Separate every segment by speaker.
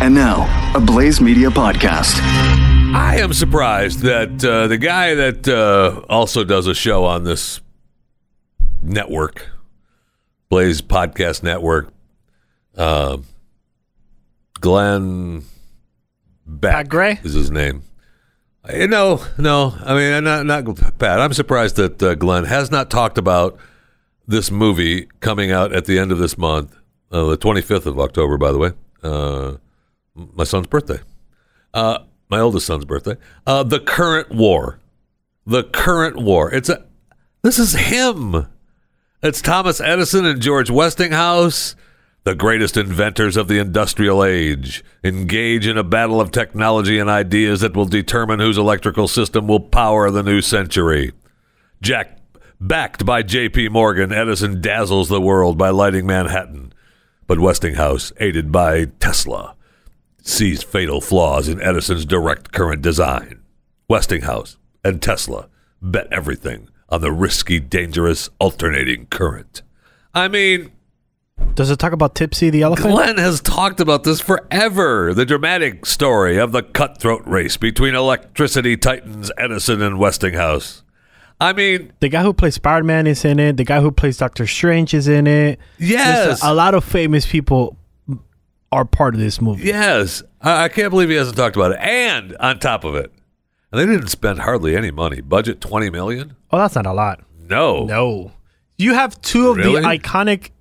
Speaker 1: And now, a Blaze Media podcast.
Speaker 2: I am surprised that uh, the guy that uh, also does a show on this network, Blaze Podcast Network, uh, Glenn Beck
Speaker 3: Pat Gray?
Speaker 2: is his name. Uh, No, no. I mean, not not Pat. I'm surprised that uh, Glenn has not talked about this movie coming out at the end of this month, uh, the 25th of October, by the way. Uh, m- my son's birthday. Uh, my oldest son's birthday. Uh, the current war. The current war. It's a. This is him. It's Thomas Edison and George Westinghouse, the greatest inventors of the industrial age, engage in a battle of technology and ideas that will determine whose electrical system will power the new century. Jack, backed by J.P. Morgan, Edison dazzles the world by lighting Manhattan. But Westinghouse, aided by Tesla, sees fatal flaws in Edison's direct current design. Westinghouse and Tesla bet everything on the risky, dangerous alternating current. I mean,
Speaker 3: Does it talk about Tipsy the elephant?
Speaker 2: Glenn has talked about this forever. The dramatic story of the cutthroat race between electricity titans Edison and Westinghouse. I mean,
Speaker 3: The guy who plays Spider Man is in it. The guy who plays Doctor Strange is in it.
Speaker 2: yes.
Speaker 3: There's a, a lot of famous people are part of this movie.
Speaker 2: Yes, I, I can't believe he hasn't talked about it. And on top of it, and they didn't spend hardly any money. Budget twenty million?
Speaker 3: Oh, that's not a lot.
Speaker 2: No,
Speaker 3: No, you have two of
Speaker 2: Really?
Speaker 3: the iconic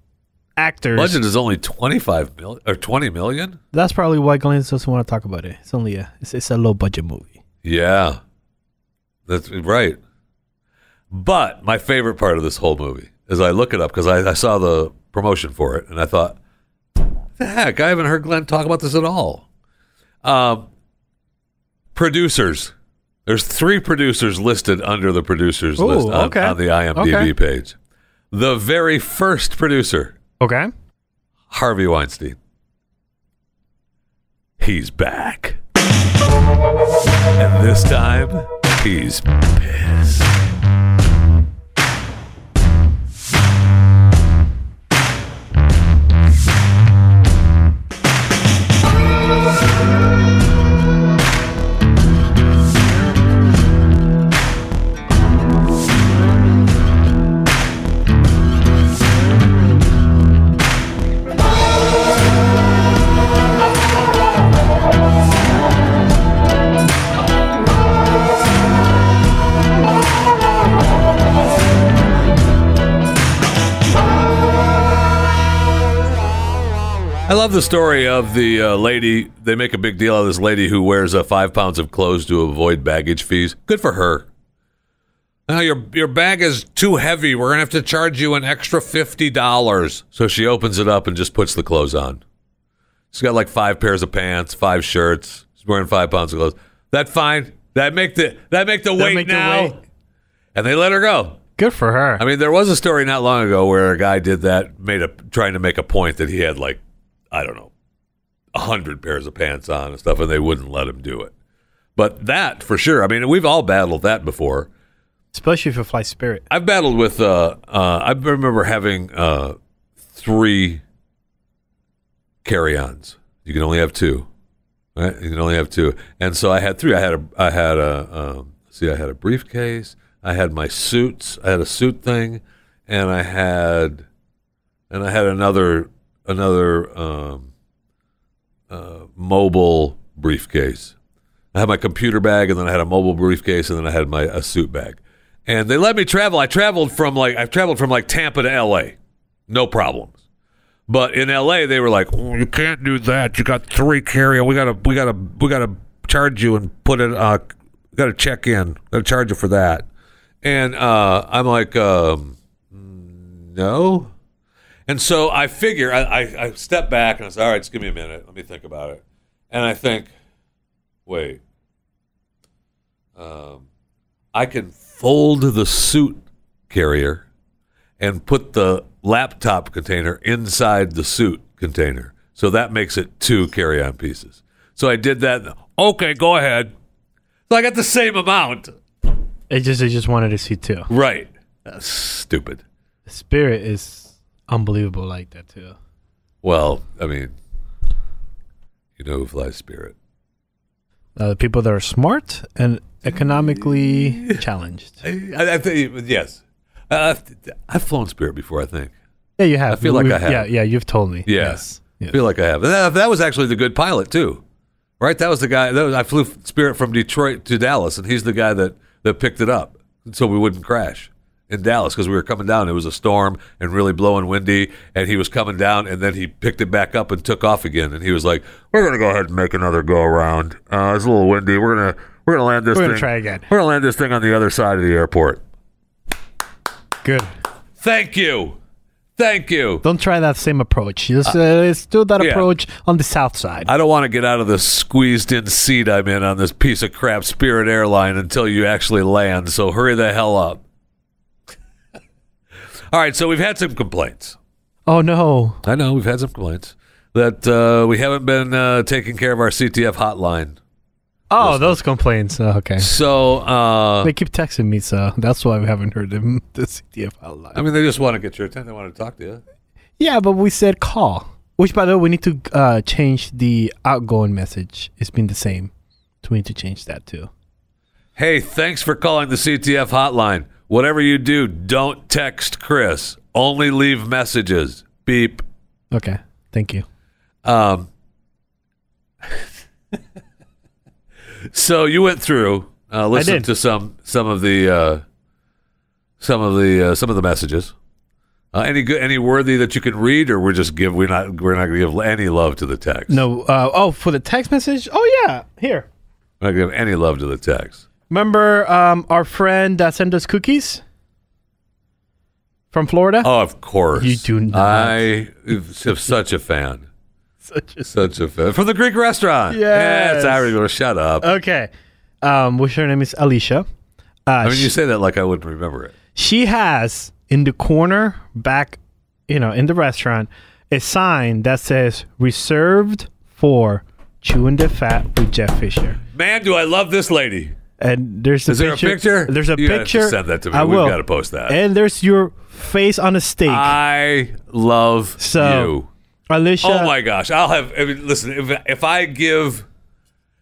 Speaker 3: actors.
Speaker 2: Budget is only twenty five million or twenty million.
Speaker 3: That's probably why Glenn doesn't want to talk about it. It's only a it's, it's a low budget movie.
Speaker 2: Yeah, that's right. But my favorite part of this whole movie is I look it up because I, I saw the promotion for it and I thought, the heck, I haven't heard Glenn talk about this at all. Um, producers. There's three producers listed under the producers
Speaker 3: Ooh,
Speaker 2: list on,
Speaker 3: okay.
Speaker 2: on the IMDb
Speaker 3: Okay.
Speaker 2: page. The very first producer,
Speaker 3: Okay.
Speaker 2: Harvey Weinstein. He's back. And this time, he's pissed. I love the story of the uh, lady. They make a big deal out of this lady who wears uh, five pounds of clothes to avoid baggage fees. Good for her. Now your your bag is too heavy. We're gonna have to charge you an extra fifty dollars. So she opens it up and just puts the clothes on. She's got like five pairs of pants, five shirts. She's wearing five pounds of clothes. That fine. That make the that make the weight
Speaker 3: make the
Speaker 2: now.
Speaker 3: weight.
Speaker 2: And they let her go.
Speaker 3: Good for her.
Speaker 2: I mean, there was a story not long ago where a guy did that, made a trying to make a point that he had like, I don't know, a hundred pairs of pants on and stuff, and they wouldn't let him do it. But that for sure. I mean, we've all battled that before.
Speaker 3: Especially if you fly Spirit.
Speaker 2: I've battled with. Uh, uh, I remember having uh, three carry-ons. You can only have two, right? You can only have two, and so I had three. I had a. I had a. Um, see, I had a briefcase. I had my suits. I had a suit thing, and I had, and I had another another um, uh, mobile briefcase. I had my computer bag, and then I had a mobile briefcase, and then I had my a suit bag. And they let me travel. I traveled from like I've traveled from like Tampa to L.A. No problems. But in L.A., they were like, "Oh, "You can't do that. You got three carry. We gotta, we gotta, we gotta charge you and put it. Uh, gotta check in. Gotta charge you for that." And uh, I'm like, um, "No." And so I figure I, I, I step back and I say, "All right, just give me a minute. Let me think about it." And I think, wait, um, I can fold the suit carrier and put the laptop container inside the suit container. So that makes it two carry on pieces. So I did that. Okay, go ahead. So I got the same amount.
Speaker 3: It just I just wanted to see too.
Speaker 2: Right. That's stupid.
Speaker 3: Spirit is unbelievable like that too.
Speaker 2: Well, I mean, You know who flies Spirit.
Speaker 3: Uh, the people that are smart and economically challenged.
Speaker 2: I, I, I think yes. Uh, I've, I've flown Spirit before. I think.
Speaker 3: Yeah, you have.
Speaker 2: I feel like
Speaker 3: We've-
Speaker 2: I have.
Speaker 3: Yeah, yeah, you've told me.
Speaker 2: Yeah.
Speaker 3: Yes. yes.
Speaker 2: I feel like I have. And that, that was actually the good pilot too, right? That was the guy. That was, I flew Spirit from Detroit to Dallas, and he's the guy that that picked it up, so we wouldn't crash in Dallas because we were coming down. It was a storm and really blowing windy, and he was coming down, and then he picked it back up and took off again. And he was like, "We're gonna go ahead and make another go around. Uh, it's a little windy. We're gonna we're gonna land this.
Speaker 3: We're gonna
Speaker 2: thing-
Speaker 3: try again."
Speaker 2: We're gonna land this thing on the other side of the airport.
Speaker 3: Good.
Speaker 2: Thank you, thank you.
Speaker 3: Don't try that same approach. Just, uh, let's do that
Speaker 2: yeah.
Speaker 3: approach on the south side.
Speaker 2: I don't want to get out of the squeezed in seat I'm in on this piece of crap Spirit Airline until you actually land, so hurry the hell up. All right, so we've had some complaints.
Speaker 3: oh no.
Speaker 2: I know we've had some complaints that uh, we haven't been uh, taking care of our CTF hotline.
Speaker 3: Oh, those complaints. Oh, okay.
Speaker 2: So, uh,
Speaker 3: They keep texting me, so that's why we haven't heard them. The CTFL line.
Speaker 2: I mean, they just want to get your attention. They want to talk to you.
Speaker 3: Yeah, but we said call. Which, by the way, we need to uh, change the outgoing message. It's been the same. So we need to change that too.
Speaker 2: Hey, thanks for calling the CTF hotline. Whatever you do, don't text Chris. Only leave messages. Beep.
Speaker 3: Okay. Thank you.
Speaker 2: Um, so you went through, uh, listened
Speaker 3: did.
Speaker 2: to some some of the uh, some of the uh, some of the messages. Uh, any good, any worthy that you can read, or we're just give we're not we're not going to give any love to the text.
Speaker 3: No. Uh, oh, for the text message? Oh, yeah. Here.
Speaker 2: we're not going to give any love to the text.
Speaker 3: Remember um, our friend that sent us cookies from Florida?
Speaker 2: Oh, of course,
Speaker 3: You do not.
Speaker 2: I am such a fan,
Speaker 3: Such a-
Speaker 2: such a fan from the Greek restaurant. yeah, it's
Speaker 3: Yes. Uh,
Speaker 2: Irish. Shut up.
Speaker 3: Okay. Um, which her name is Alicia. Uh,
Speaker 2: I mean,
Speaker 3: she-
Speaker 2: you say that like I wouldn't remember it.
Speaker 3: she has in the corner back you know in the restaurant a sign that says reserved for chewing the fat with jeff fisher
Speaker 2: Man, do I love this lady.
Speaker 3: and there's
Speaker 2: Is there a picture?
Speaker 3: there's a
Speaker 2: You gotta
Speaker 3: picture
Speaker 2: send that to me.
Speaker 3: I
Speaker 2: We've
Speaker 3: will.
Speaker 2: gotta post that. Ah.
Speaker 3: and there's your face on a steak
Speaker 2: I love
Speaker 3: So,
Speaker 2: you.
Speaker 3: alicia
Speaker 2: Oh my gosh! I'll have. I mean, listen, if if I give,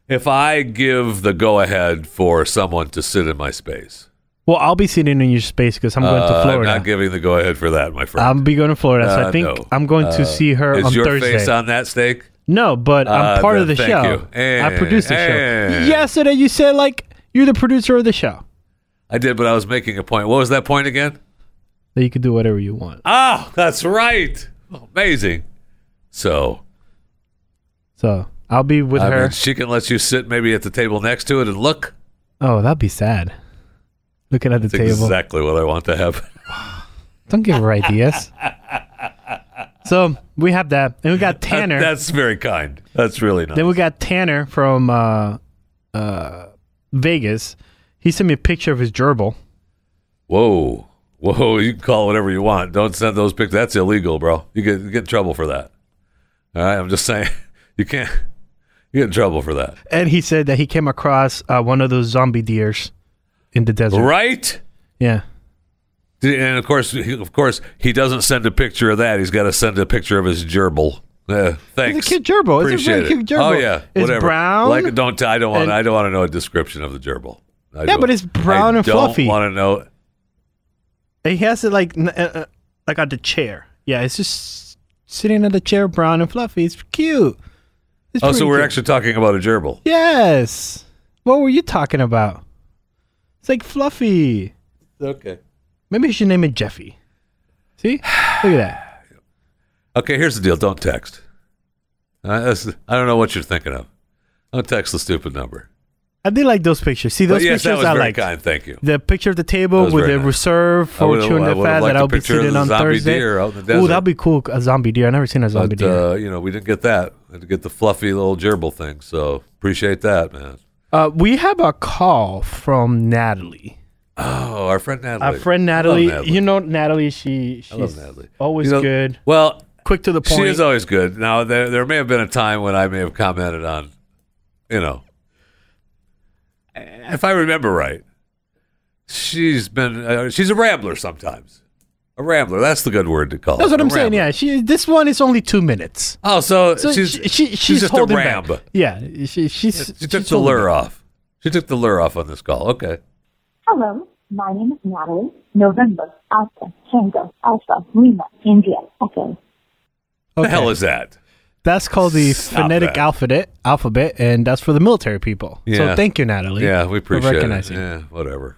Speaker 2: if I give the go ahead for someone to sit in my space,
Speaker 3: well i'll be sitting in your space because i'm going
Speaker 2: uh,
Speaker 3: to florida
Speaker 2: I'm not giving the go ahead for that, my friend.
Speaker 3: I'll be going to Florida, so
Speaker 2: Uh,
Speaker 3: I think
Speaker 2: no.
Speaker 3: I'm going to see her
Speaker 2: Is
Speaker 3: on
Speaker 2: your
Speaker 3: Thursday.
Speaker 2: face on that steak?
Speaker 3: No, but I'm
Speaker 2: Uh,
Speaker 3: part of the
Speaker 2: then thank
Speaker 3: show.
Speaker 2: you. Eh,
Speaker 3: I produce
Speaker 2: eh.
Speaker 3: the show. Yesterday, you said like you're the producer of the show
Speaker 2: I did, but I was making a point. What was that point again?
Speaker 3: that you could do whatever you want.
Speaker 2: Ah, that's right. Amazing. So
Speaker 3: So I'll be with
Speaker 2: I
Speaker 3: her.
Speaker 2: mean, she can let you sit maybe at the table next to it and look.
Speaker 3: oh, that'd be sad. Looking at the
Speaker 2: That's
Speaker 3: table.
Speaker 2: exactly what I want to have.
Speaker 3: Don't give her ideas. so we have that, and we got Tanner.
Speaker 2: That's very kind. That's really nice.
Speaker 3: then we got Tanner from uh, uh, Vegas. He sent me a picture of his gerbil.
Speaker 2: Whoa. Whoa, you can call it whatever you want. Don't send those pictures. That's illegal, bro. You get you get in trouble for that. All right, I'm just saying. You can't you get in trouble for that.
Speaker 3: And he said that he came across uh, one of those zombie deers in the desert.
Speaker 2: Right?
Speaker 3: Yeah.
Speaker 2: Did- And of course, he- of course, he doesn't send a picture of that. He's got to send a picture of his gerbil. Uh, thanks.
Speaker 3: It's a cute gerbil. It's a
Speaker 2: Appreciate
Speaker 3: really
Speaker 2: it.
Speaker 3: cute gerbil.
Speaker 2: Oh yeah,
Speaker 3: It's
Speaker 2: whatever.
Speaker 3: brown.
Speaker 2: Like, don't I don't want
Speaker 3: and-
Speaker 2: I don't want to know a description of the gerbil. I
Speaker 3: Yeah,
Speaker 2: don't-
Speaker 3: but it's brown
Speaker 2: I
Speaker 3: and fluffy.
Speaker 2: Don't want to know.
Speaker 3: He has it like n- uh, uh, like on the chair. Yeah, it's just sitting on the chair, brown and fluffy. It's cute. It's
Speaker 2: Oh, so
Speaker 3: pretty
Speaker 2: we're
Speaker 3: cute.
Speaker 2: actually talking about a gerbil.
Speaker 3: Yes. What were you talking about? It's like fluffy.
Speaker 2: Okay.
Speaker 3: Maybe you should name it Jeffy. See? Look at that.
Speaker 2: Okay, here's the deal. Don't text. Uh, that's, I don't know what you're thinking of. Don't text the stupid number.
Speaker 3: I did like those pictures. See
Speaker 2: But
Speaker 3: those
Speaker 2: yes, that
Speaker 3: pictures
Speaker 2: was
Speaker 3: I
Speaker 2: very
Speaker 3: like.
Speaker 2: kind. Thank you.
Speaker 3: The picture of the
Speaker 2: That
Speaker 3: table
Speaker 2: was
Speaker 3: with
Speaker 2: very
Speaker 3: the
Speaker 2: nice.
Speaker 3: reserve
Speaker 2: I
Speaker 3: for
Speaker 2: would've-
Speaker 3: chewing
Speaker 2: I
Speaker 3: the
Speaker 2: would've
Speaker 3: fat
Speaker 2: liked a
Speaker 3: that I'll be
Speaker 2: picture of
Speaker 3: sitting
Speaker 2: the
Speaker 3: on
Speaker 2: zombie
Speaker 3: Thursday.
Speaker 2: deer out in the
Speaker 3: Oh,
Speaker 2: desert.
Speaker 3: that'd be cool. A zombie deer. I've never seen a zombie
Speaker 2: But
Speaker 3: deer.
Speaker 2: uh, you know, we didn't get that. We had to get the fluffy little gerbil thing. So appreciate that, man.
Speaker 3: Uh, we have a call from Natalie.
Speaker 2: Oh, our friend Natalie.
Speaker 3: Our friend
Speaker 2: I love
Speaker 3: Natalie, You know Natalie. She
Speaker 2: I love
Speaker 3: she's
Speaker 2: Natalie.
Speaker 3: always
Speaker 2: You know,
Speaker 3: good,
Speaker 2: Well,
Speaker 3: quick to the point.
Speaker 2: she is always good. Now there there may have been a time when I may have commented on, you know, if I remember right, she's been uh, she's a rambler sometimes. A rambler. That's the good word to call.
Speaker 3: That's
Speaker 2: it.
Speaker 3: what I'm
Speaker 2: A
Speaker 3: saying.
Speaker 2: rambler.
Speaker 3: Yeah, she. This one is only two minutes.
Speaker 2: Oh, so,
Speaker 3: So
Speaker 2: she's
Speaker 3: she, she, she's,
Speaker 2: just a
Speaker 3: holding
Speaker 2: ramb.
Speaker 3: back. Yeah, she, she's
Speaker 2: She took
Speaker 3: she's
Speaker 2: the
Speaker 3: holding
Speaker 2: lure
Speaker 3: back.
Speaker 2: off. She took the lure off on this call. Okay.
Speaker 4: Hello, my name is Natalie. November, Oscar, Tango, Alpha, Lima, India, Echo.
Speaker 2: The hell is that?
Speaker 3: That's called the
Speaker 2: Stop
Speaker 3: phonetic
Speaker 2: that.
Speaker 3: alphabet, alphabet, and that's for the military people.
Speaker 2: Yeah.
Speaker 3: So thank you, Natalie.
Speaker 2: Yeah, we
Speaker 3: for
Speaker 2: appreciate it.
Speaker 3: recognizing.
Speaker 2: Yeah, whatever.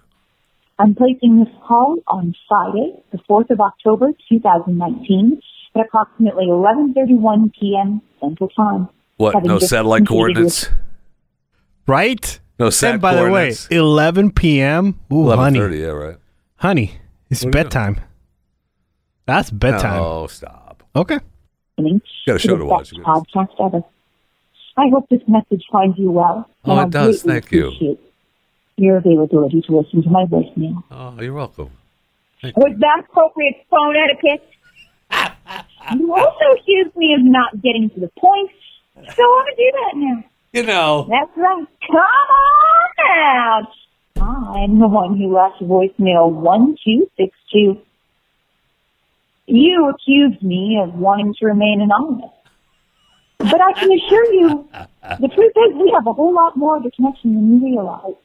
Speaker 4: I'm placing this call on Friday, the 4th of October, 2019, at approximately 11.31 p.m. Central Time.
Speaker 2: What?
Speaker 4: Having
Speaker 2: No
Speaker 4: just
Speaker 2: satellite
Speaker 4: completed
Speaker 2: coordinates?
Speaker 3: Right?
Speaker 2: No sat
Speaker 3: and by the way,
Speaker 2: coordinates?
Speaker 3: 11 p.m. Ooh, honey,
Speaker 2: 11:30, Yeah, right.
Speaker 3: honey, it's
Speaker 2: What do you know?
Speaker 3: bedtime. That's bedtime.
Speaker 2: Oh, stop.
Speaker 3: Okay.
Speaker 4: listening
Speaker 2: Got a show
Speaker 4: the
Speaker 2: to watch.
Speaker 4: best podcast ever. I hope this message finds you well.
Speaker 2: Oh,
Speaker 4: and
Speaker 2: it
Speaker 4: I
Speaker 2: does.
Speaker 4: greatly
Speaker 2: Thank you.
Speaker 4: appreciate Your availability to listen to my voicemail.
Speaker 2: Oh, you're welcome.
Speaker 4: Was that appropriate phone etiquette? you also accused me of not getting to the point, so I'm going to do that now.
Speaker 2: You know.
Speaker 4: That's right. Come on out. I'm the one who left voicemail 1262. You accused me of wanting to remain anonymous. But I can assure you, the truth is we have a whole lot more of a connection than you realize.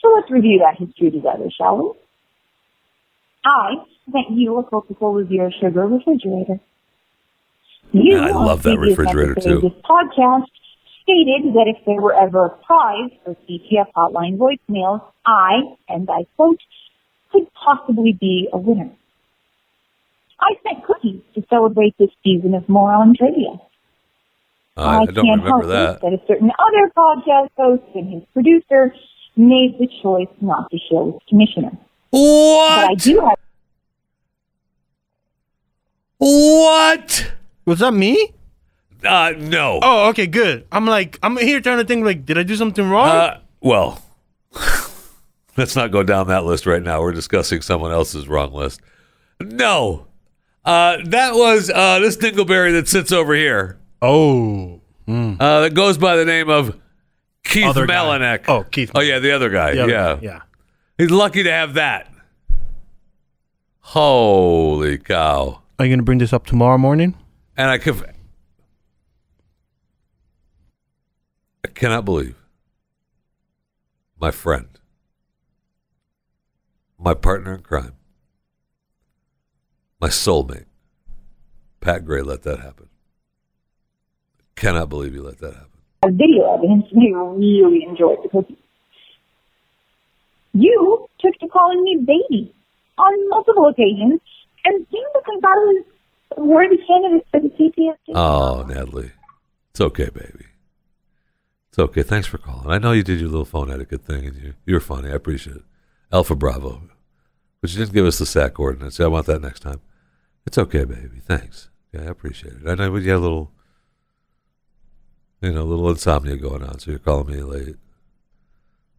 Speaker 4: So let's review that history together, shall we? I sent you a Coca-Cola Zero Sugar refrigerator. You
Speaker 2: Man, I
Speaker 4: on
Speaker 2: love that
Speaker 4: previous
Speaker 2: refrigerator,
Speaker 4: episode of
Speaker 2: too.
Speaker 4: This podcast stated that if there were ever a prize for CTF hotline voicemails, I, and I quote, could possibly be a winner. I sent cookies to celebrate this season of Moron Trivia.
Speaker 2: I, I don't
Speaker 4: can't
Speaker 2: remember
Speaker 4: help
Speaker 2: that.
Speaker 4: it that a certain other podcast host and his producer made the choice not to share with commissioner. But I
Speaker 2: What?
Speaker 4: do have
Speaker 2: What?
Speaker 3: Was that me?
Speaker 2: Uh, no.
Speaker 3: Oh, okay, good. I'm like, I'm here trying to think, like, did I do something wrong?
Speaker 2: Uh, well, let's not go down that list right now. We're discussing someone else's wrong list. No. Uh, that was uh, this dingleberry that sits over here
Speaker 3: oh.
Speaker 2: uh, that goes by the name of Keith
Speaker 3: Other guy.
Speaker 2: Malinek.
Speaker 3: Oh, Keith.
Speaker 2: Oh, yeah, the other guy.
Speaker 3: The other
Speaker 2: yeah.
Speaker 3: guy, Yeah.
Speaker 2: He's lucky to have that. Holy cow.
Speaker 3: Are you going to bring this up tomorrow morning?
Speaker 2: And I could. I cannot believe my friend, my partner in crime, my soulmate, Pat Gray let that happen. Cannot believe you let that happen.
Speaker 4: a video evidence they really enjoyed the cookies. You took to calling me baby on multiple occasions and seemed to think I was a worthy candidate for the CPS.
Speaker 2: Oh, Natalie. It's okay, baby. It's okay. Thanks for calling. I know you did your little phone etiquette thing and you you were funny. I appreciate it. Alpha Bravo. But you didn't give us the SAC coordinates. I want that next time. It's okay, baby. Thanks. Yeah, I appreciate it. I know you had a little you know, a little insomnia going on, so you're calling me late.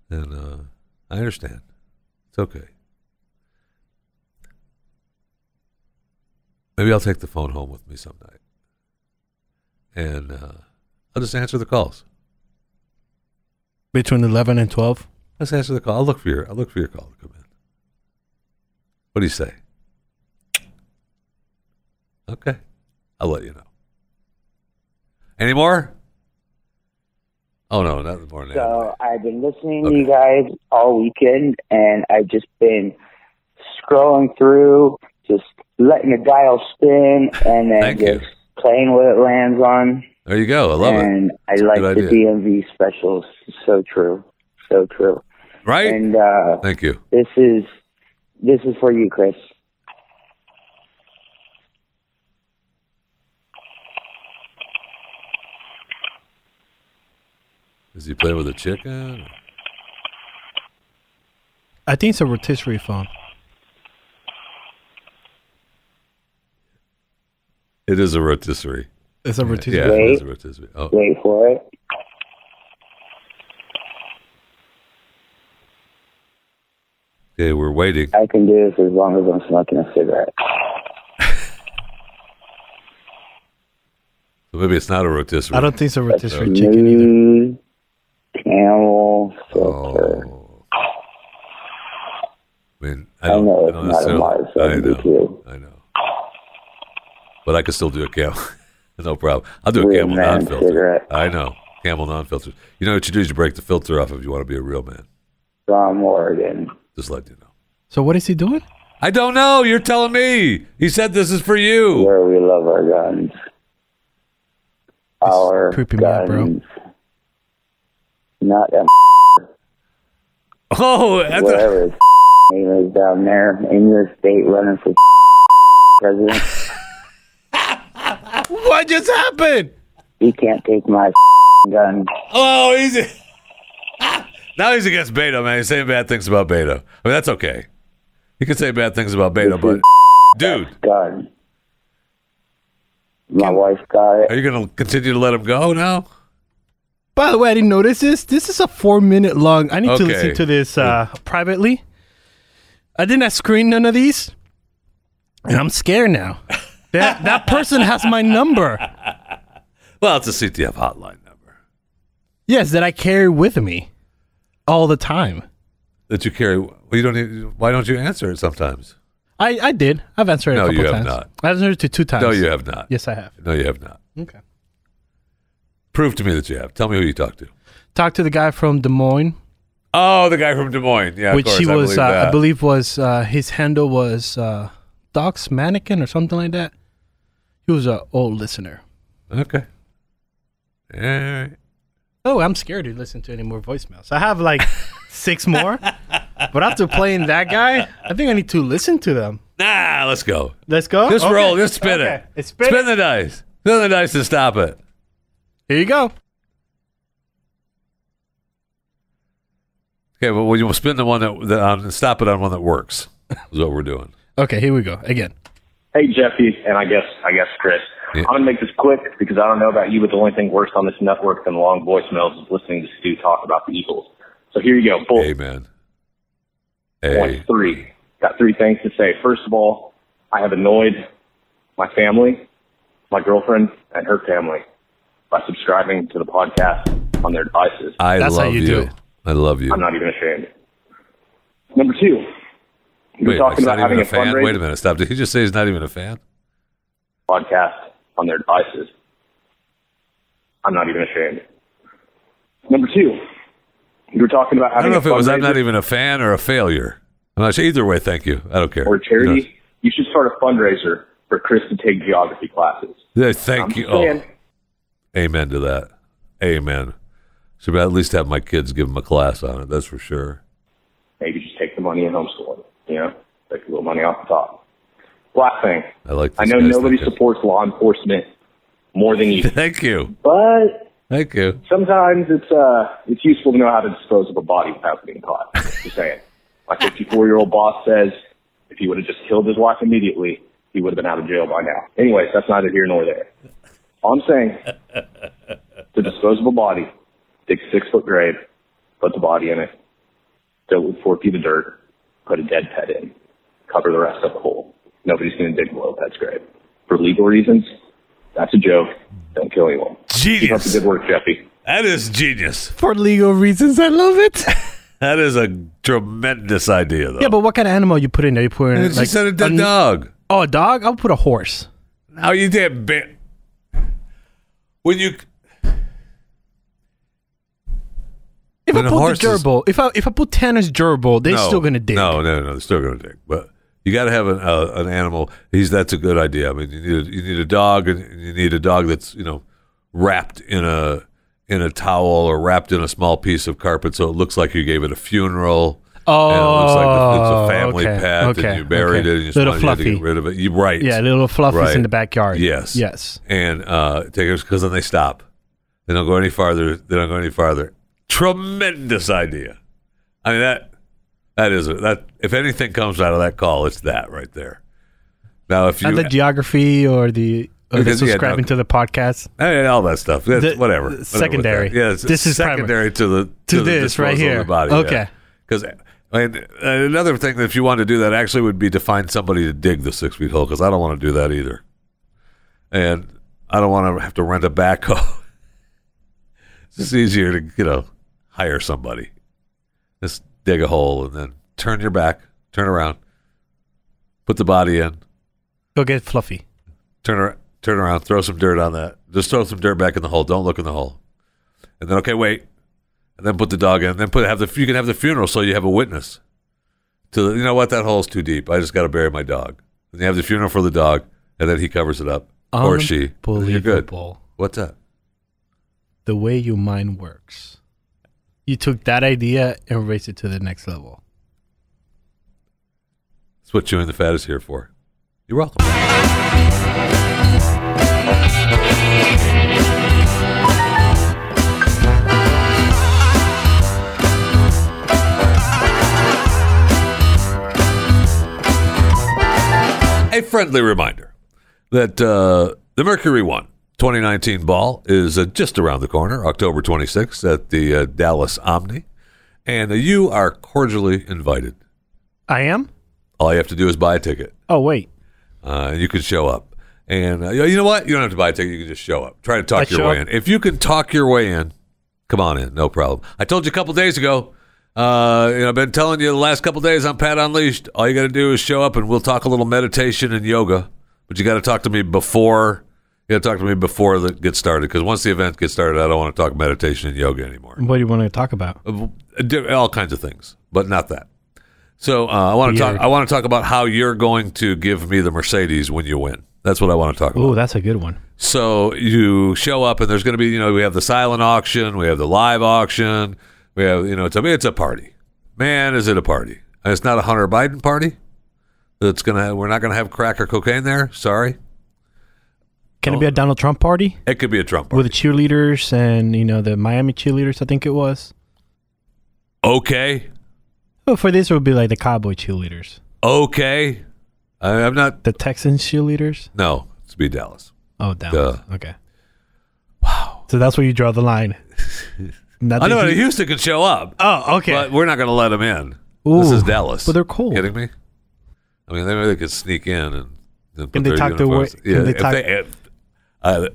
Speaker 2: And uh I understand. It's okay. Maybe I'll take the phone home with me some night and uh, I'll just answer the calls.
Speaker 3: Between 11 and 12?
Speaker 2: I'll just answer the call. I'll look for your I'll look for your call to come in. What do you say? Okay, I'll let you know. Any more? Oh no, not more. than that.
Speaker 5: So I've been listening
Speaker 2: Okay.
Speaker 5: to you guys all weekend, and I've just been scrolling through, just letting the dial spin, and then
Speaker 2: Thank
Speaker 5: just
Speaker 2: you.
Speaker 5: playing what it lands on.
Speaker 2: there you go. I love it.
Speaker 5: and
Speaker 2: It's a
Speaker 5: I like
Speaker 2: good
Speaker 5: the
Speaker 2: idea.
Speaker 5: DMV specials. So true, so true.
Speaker 2: Right?
Speaker 5: And uh,
Speaker 2: Thank you.
Speaker 5: this is this is for you, Chris.
Speaker 2: Is he playing with a chicken?
Speaker 3: I think it's a rotisserie phone.
Speaker 2: It is a rotisserie.
Speaker 3: It's a rotisserie
Speaker 2: Yeah, it is a rotisserie. Oh,
Speaker 5: Wait for it.
Speaker 2: okay, we're waiting.
Speaker 5: I can do this as long as I'm smoking a cigarette.
Speaker 2: Ah, So maybe it's not a rotisserie.
Speaker 3: I don't think it's a
Speaker 5: Mm.
Speaker 3: rotisserie chicken either.
Speaker 5: Smooth camel filter.
Speaker 2: Oh. I mean, I
Speaker 5: I
Speaker 2: don't,
Speaker 5: know
Speaker 2: I
Speaker 5: it's
Speaker 2: don't
Speaker 5: not a
Speaker 2: necessarily-
Speaker 5: Mars, so I
Speaker 2: I
Speaker 5: can do
Speaker 2: know,
Speaker 5: too.
Speaker 2: I know. But I could still do a camel. no problem. I'll do a
Speaker 5: Real
Speaker 2: camel
Speaker 5: man
Speaker 2: non-filter.
Speaker 5: cigarette.
Speaker 2: I know camel non-filter. You know what you do is you break the filter off if you want to be a real man.
Speaker 5: John Morgan.
Speaker 2: Just let you know.
Speaker 3: So what is he doing?
Speaker 2: I don't know. You're telling me. He said this is for you.
Speaker 5: Where we love our guns. Our
Speaker 3: creeping me out, bro.
Speaker 5: guns. Not that
Speaker 2: Oh, I thought-
Speaker 5: whatever his name is down there in your state running for president.
Speaker 3: What just happened?
Speaker 5: He can't take my gun.
Speaker 2: Oh, he's now he's against Beto, man. He's saying bad things about Beto. I mean, that's okay. He can say bad things about Beto, but dude,
Speaker 5: Gun. My wife got it.
Speaker 2: are you going to continue to let him go now?
Speaker 3: By the way, I didn't notice this. This is a four minute long. I need
Speaker 2: Okay.
Speaker 3: to listen to this uh, privately. I did not screen none of these, and I'm scared now. That that person has my number.
Speaker 2: Well, it's a CTF hotline number
Speaker 3: Yes, that I carry with me all the time.
Speaker 2: that you carry. Well, you don't. Even, why don't you answer it sometimes?
Speaker 3: I, I did. I've answered it
Speaker 2: No,
Speaker 3: a couple
Speaker 2: you have
Speaker 3: times.
Speaker 2: not.
Speaker 3: I've answered it to two times.
Speaker 2: No, you have not.
Speaker 3: Yes, I have.
Speaker 2: No, you have not.
Speaker 3: Okay.
Speaker 2: Prove to me that you have. Tell me who you talked to.
Speaker 3: Talked to the guy from Des Moines,
Speaker 2: Oh, the guy from Des Moines. Yeah, of
Speaker 3: which
Speaker 2: course,
Speaker 3: he
Speaker 2: I believe,
Speaker 3: was, uh, I
Speaker 2: that.
Speaker 3: believe, was uh, his handle was uh, Doc's Mannequin or something like that. He was an old listener.
Speaker 2: Okay. All right.
Speaker 3: Oh, I'm scared to listen to any more voicemails. I have like six more, but after playing that guy, I think I need to listen to them.
Speaker 2: Nah, let's go.
Speaker 3: Let's go.
Speaker 2: Just
Speaker 3: Oh, Okay.
Speaker 2: roll. Just spin
Speaker 3: Okay.
Speaker 2: it.
Speaker 3: Spin,
Speaker 2: spin
Speaker 3: it.
Speaker 2: the dice. Spin the dice to stop it.
Speaker 3: Here you go.
Speaker 2: Okay, but well, you will spin the one that, that on, stop it on one that works. Is what we're doing.
Speaker 3: Okay, here we go again.
Speaker 6: Hey Jeffy, and I guess I guess Chris.
Speaker 2: Yeah.
Speaker 6: I'm gonna make this quick because I don't know about you, but the only thing worse on this network than long voicemails is listening to Stu talk about the Eagles. So here you go, full
Speaker 2: Amen.
Speaker 6: point
Speaker 2: A.
Speaker 6: three. Got three things to say. First of all, I have annoyed my family, my girlfriend, and her family by subscribing to the podcast on their devices.
Speaker 2: I
Speaker 3: That's how
Speaker 2: love
Speaker 3: you
Speaker 2: you.
Speaker 3: do it.
Speaker 2: I love you.
Speaker 6: I'm not even ashamed. Number two, you're
Speaker 2: Wait,
Speaker 6: talking
Speaker 2: he's
Speaker 6: about
Speaker 2: not even
Speaker 6: having
Speaker 2: a
Speaker 6: a
Speaker 2: fan. Wait a
Speaker 6: fundraiser
Speaker 2: minute. Stop. Did he just say he's not even a fan?
Speaker 6: podcast on their devices. I'm not even ashamed. Number two, you were talking about
Speaker 2: I don't
Speaker 6: having
Speaker 2: know if
Speaker 6: a
Speaker 2: it was I'm
Speaker 6: fundraiser
Speaker 2: not even a fan or a failure. I'm not sure. Either way, thank you. I don't care.
Speaker 6: or
Speaker 2: You know,
Speaker 6: charity. You should start a fundraiser for Chris to take geography classes.
Speaker 2: yeah,
Speaker 6: I'm
Speaker 2: thank you.
Speaker 6: just
Speaker 2: Oh,
Speaker 6: saying.
Speaker 2: amen to that. Amen. Should I at least have my kids give them a class on it. That's for sure.
Speaker 6: Maybe just take the money and homeschool it. You know, take a little money off the top. Last thing,
Speaker 2: I like.
Speaker 6: I
Speaker 2: this
Speaker 6: know
Speaker 2: guy's
Speaker 6: nobody
Speaker 2: thinking.
Speaker 6: supports law enforcement more than you,
Speaker 2: Thank you.
Speaker 6: but
Speaker 2: Thank you.
Speaker 6: sometimes it's uh it's useful to know how to dispose of a body without getting caught. Just saying. My 54 year old boss says if he would have just killed his wife immediately, he would have been out of jail by now. Anyways, that's neither here nor there. All I'm saying, the disposable body, dig six foot grave, put the body in it, fill it with four feet of dirt, put a dead pet in, cover the rest up whole. Nobody's going to dig below pet's grave. For legal reasons, that's a joke. Don't kill anyone. Keep up the
Speaker 2: Genius.
Speaker 6: good work, Jeffy.
Speaker 2: That is genius.
Speaker 3: For legal reasons, I love it.
Speaker 2: That is a tremendous idea, though.
Speaker 3: yeah, but what kind of animal you put in there? You put in
Speaker 2: And she
Speaker 3: like
Speaker 2: said a dead
Speaker 3: n-
Speaker 2: dog.
Speaker 3: Oh, a dog? I'll put a horse.
Speaker 2: Now you did bit when you
Speaker 3: If
Speaker 2: Then
Speaker 3: I
Speaker 2: a
Speaker 3: put
Speaker 2: horse
Speaker 3: the
Speaker 2: is-
Speaker 3: gerbil, if I if I put Tanner's gerbil, they're
Speaker 2: no,
Speaker 3: still gonna dig.
Speaker 2: No, no, no, they're still gonna dig. But you got to have an uh, an animal. He's that's a good idea. I mean, you need a, you need a dog, and you need a dog that's you know wrapped in a in a towel or wrapped in a small piece of carpet, so it looks like you gave it a funeral. and it looks
Speaker 3: Oh,
Speaker 2: like it's a family
Speaker 3: okay,
Speaker 2: pet,
Speaker 3: okay,
Speaker 2: and you buried
Speaker 3: okay.
Speaker 2: it, and you, just
Speaker 3: Little
Speaker 2: wanted- you had to
Speaker 3: fluffy.
Speaker 2: get rid of it. You right?
Speaker 3: Yeah, little fluffies
Speaker 2: Right.
Speaker 3: in the backyard.
Speaker 2: Yes.
Speaker 3: Yes.
Speaker 2: and uh, take it because then they stop. They don't go any farther. They don't go any farther. Tremendous idea. I mean that that is that. If anything comes out of that call, it's that right there. Now, if you
Speaker 3: Not the geography or the or the
Speaker 2: Because, yeah, no-
Speaker 3: subscribing to the podcast.
Speaker 2: I mean, all that stuff, that's,
Speaker 3: The-
Speaker 2: whatever. whatever.
Speaker 3: secondary.
Speaker 2: Yeah, it's
Speaker 3: This is primary.
Speaker 2: secondary to the to, the
Speaker 3: this right
Speaker 2: disposal of
Speaker 3: here.
Speaker 2: The body.
Speaker 3: Okay.
Speaker 2: Because I mean, and another thing that if you want to do that, actually would be to find somebody to dig the six feet hole. Because I don't want to do that either, and I don't want to have to rent a backhoe. it's just easier to you know hire somebody. Just dig a hole and then turn your back, turn around, put the body in,
Speaker 3: Go get Fluffy.
Speaker 2: turn around, turn around, throw some dirt on that. Just throw some dirt back in the hole. Don't look in the hole. And then okay, wait, and then put the dog in. Then put have the you can have the funeral so you have a witness. To the, you know what that hole's too deep. I just got to bury my dog. And you have the funeral for the dog, and then he covers it up or she. You're good.
Speaker 3: Unbelievable.
Speaker 2: What's that?
Speaker 3: The way your mind works. You took that idea and raised it to the next level.
Speaker 2: That's what chewing the fat is here for. You're welcome. A friendly reminder that uh, the Mercury One 2019 ball is uh, just around the corner, October 26th at the uh, Dallas Omni, and uh, you are cordially invited.
Speaker 3: I am?
Speaker 2: All you have to do is buy a ticket
Speaker 3: Oh, wait.
Speaker 2: uh, you can show up. And uh, you know what? You don't have to buy a ticket. You can just show up. Try to talk
Speaker 3: I
Speaker 2: your
Speaker 3: show
Speaker 2: way
Speaker 3: up.
Speaker 2: in. If you can talk your way in, come on in. No problem. I told you a couple days ago. Uh, you know, I've been telling you the last couple days on Pat Unleashed. All you got to do is show up, and we'll talk a little meditation and yoga. But you got to talk to me before. You got to talk to me before that gets started. Because once the event gets started, I don't want to talk meditation and yoga anymore
Speaker 3: What do you want to talk about?
Speaker 2: of- di- all kinds of things, but not that. So uh, I want to talk.
Speaker 3: Weird.
Speaker 2: I want to talk about how you're going to give me the Mercedes when you win. That's what I want to talk about.
Speaker 3: Oh, that's a good one.
Speaker 2: So you show up, and there's going to be you know we have the silent auction, we have the live auction, we have you know to me it's a party. Man, is it a party? And It's not a Hunter Biden party. That's gonna we're not gonna have crack or cocaine there. Sorry,
Speaker 3: Can it be a Donald Trump party?
Speaker 2: it could be a Trump
Speaker 3: With
Speaker 2: party.
Speaker 3: the cheerleaders and, you know, the Miami cheerleaders, I think it was.
Speaker 2: okay,
Speaker 3: Oh, for this, it would be like the Cowboy cheerleaders,
Speaker 2: okay. I, I'm not.
Speaker 3: the Texans cheerleaders.
Speaker 2: No, it's be Dallas.
Speaker 3: Oh, Dallas.
Speaker 2: Duh.
Speaker 3: Okay. Wow. So that's where you draw the line. Not
Speaker 2: I
Speaker 3: that
Speaker 2: know
Speaker 3: he-
Speaker 2: Houston could show up.
Speaker 3: Oh, okay.
Speaker 2: But we're not going to let them in. this
Speaker 3: Ooh,
Speaker 2: is Dallas.
Speaker 3: but they're cool.
Speaker 2: Kidding me? I mean, they maybe they could sneak in and. and put
Speaker 3: Can they
Speaker 2: their
Speaker 3: talk their
Speaker 2: uniforms-
Speaker 3: way-
Speaker 2: Yeah,
Speaker 3: can they
Speaker 2: if
Speaker 3: talk-
Speaker 2: they- if- uh,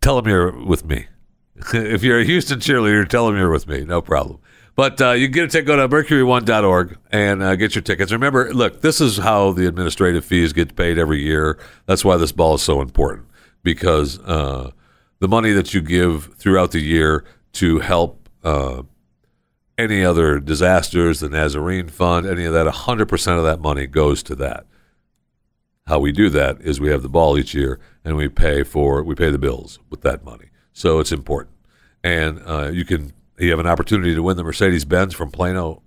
Speaker 2: tell them you're with me. if you're a Houston cheerleader, tell them you're with me. No problem. But uh, you can get a ticket. Go to mercury1.org and uh, get your tickets. Remember, look, this is how the administrative fees get paid every year. That's why this ball is so important because uh, the money that you give throughout the year to help uh, any other disasters, the Nazarene Fund, any of that, 100% of that money goes to that. How we do that is we have the ball each year and we pay for we pay the bills with that money. So it's important, and uh, you can you have an opportunity to win the Mercedes Benz from Plano,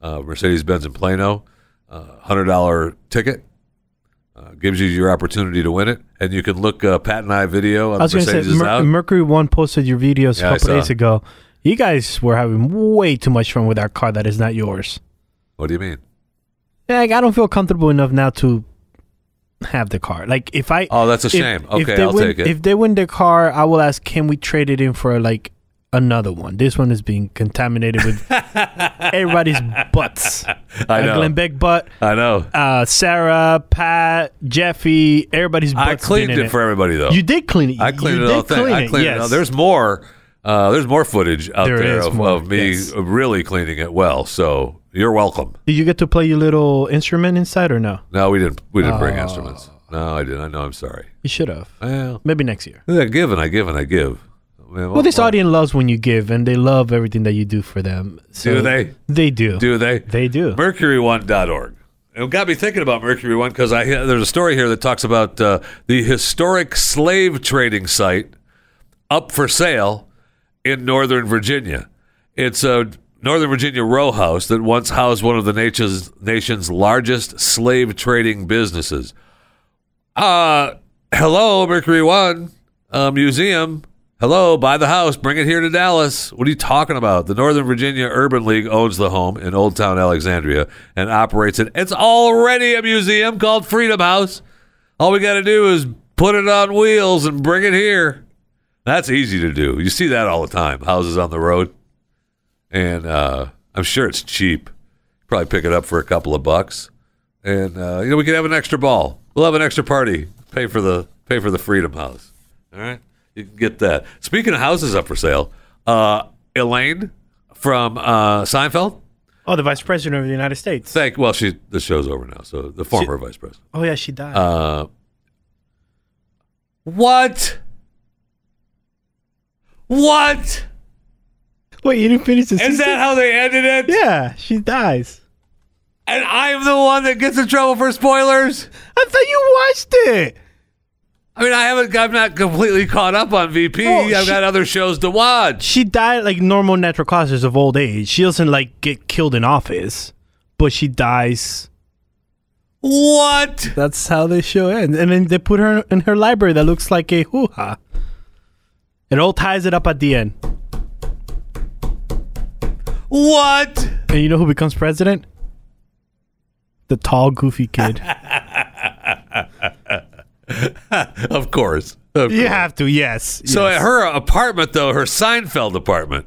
Speaker 2: uh, Mercedes Benz in Plano, uh, hundred dollar ticket. Uh, gives you your opportunity to win it, and you can look uh, Pat and I video on
Speaker 3: I was
Speaker 2: the
Speaker 3: going to
Speaker 2: Mercedes
Speaker 3: say,
Speaker 2: is
Speaker 3: Mer-
Speaker 2: out.
Speaker 3: Mercury One posted your videos
Speaker 2: Yeah, I
Speaker 3: a couple days
Speaker 2: saw.
Speaker 3: ago. You guys were having way too much fun with our car that is not yours.
Speaker 2: what do you mean?
Speaker 3: Like, I don't feel comfortable enough now to have the car. Like, if I.
Speaker 2: Oh, that's a
Speaker 3: if-
Speaker 2: shame.
Speaker 3: if
Speaker 2: Okay,
Speaker 3: they
Speaker 2: I'll
Speaker 3: win-
Speaker 2: take it.
Speaker 3: If they win the car, I will ask, can we trade it in for, like, another one? This one is being contaminated with everybody's butts.
Speaker 2: I
Speaker 3: Uh,
Speaker 2: know.
Speaker 3: Glenn Beck butt.
Speaker 2: I know.
Speaker 3: uh, Sarah, Pat, Jeffy, everybody's.
Speaker 2: I
Speaker 3: butts
Speaker 2: cleaned
Speaker 3: been in
Speaker 2: it for everybody though.
Speaker 3: You did clean it.
Speaker 2: I cleaned
Speaker 3: you
Speaker 2: it all.
Speaker 3: did
Speaker 2: Thing.
Speaker 3: clean
Speaker 2: I cleaned it.
Speaker 3: yes.
Speaker 2: all. There's more. Uh, there's more footage out
Speaker 3: There
Speaker 2: there,
Speaker 3: is
Speaker 2: of,
Speaker 3: more,
Speaker 2: of me
Speaker 3: yes.
Speaker 2: really cleaning it well. So you're welcome.
Speaker 3: Did you get to play your little instrument inside or no?
Speaker 2: No, we didn't. We didn't
Speaker 3: Oh.
Speaker 2: bring instruments. No, I didn't. I know. I'm sorry.
Speaker 3: You should have.
Speaker 2: Well,
Speaker 3: Maybe next year.
Speaker 2: I give and I give and I give. Man,
Speaker 3: Well, this
Speaker 2: what-
Speaker 3: audience loves when you give, and they love everything that you do for them. So
Speaker 2: Do they?
Speaker 3: They do.
Speaker 2: Do they?
Speaker 3: They do.
Speaker 2: Mercury1.org. It got me thinking about Mercury One because I there's a story here that talks about uh, the historic slave trading site up for sale in Northern Virginia. It's a Northern Virginia row house that once housed one of the nation's nation's largest slave trading businesses. Uh hello, Mercury One uh, Museum. Hello, buy the house, bring it here to Dallas. What are you talking about? The Northern Virginia Urban League owns the home in Old Town Alexandria and operates it. It's already a museum called Freedom House. All we got to do is put it on wheels and bring it here. That's easy to do. You see that all the time. Houses on the road, and uh, I'm sure it's cheap. Probably pick it up for a couple of bucks, and uh, you know we could have an extra ball. We'll have an extra party. Pay for the pay for the Freedom House. All right, you can get that. Speaking of houses up for sale, uh, Elaine from uh, Seinfeld,
Speaker 3: Oh, the vice president of the United States.
Speaker 2: Thank. Well, she the show's over now. So the former vice president.
Speaker 3: oh yeah, she died.
Speaker 2: Uh, what? What
Speaker 3: Wait, you didn't finish the
Speaker 2: is that? How they ended it?
Speaker 3: yeah, she dies.
Speaker 2: And I'm the one that gets in trouble for spoilers.
Speaker 3: I thought you watched it.
Speaker 2: I mean, I haven't. I'm not completely caught up on VP.
Speaker 3: Oh,
Speaker 2: I've
Speaker 3: she-
Speaker 2: got other shows to watch.
Speaker 3: She died like normal natural causes of old age. She doesn't like get killed in office, but she dies.
Speaker 2: What?
Speaker 3: That's how they show ends. And then they put her in her library that looks like a hoo ha. It all ties it up at the end.
Speaker 2: What?
Speaker 3: And you know who becomes president? The tall, goofy kid.
Speaker 2: Of course. Of
Speaker 3: you
Speaker 2: course.
Speaker 3: have to, yes.
Speaker 2: So
Speaker 3: yes.
Speaker 2: her apartment, though her Seinfeld apartment,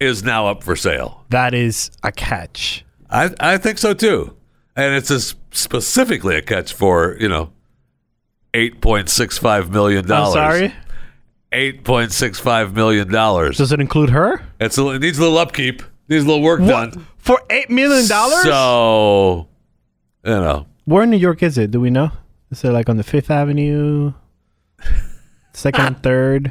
Speaker 2: is now up for sale.
Speaker 3: that is a catch.
Speaker 2: I I think so too, and it's a, s- specifically a catch for you know eight point six five million
Speaker 3: I'm
Speaker 2: dollars.
Speaker 3: sorry.
Speaker 2: eight point six five million dollars.
Speaker 3: Does it include her?
Speaker 2: It's a, it needs a little upkeep, needs a little work done.
Speaker 3: For eight million dollars?
Speaker 2: So you know,
Speaker 3: Where in New York is it? Do we know? Is it like on the Fifth Avenue, second, third?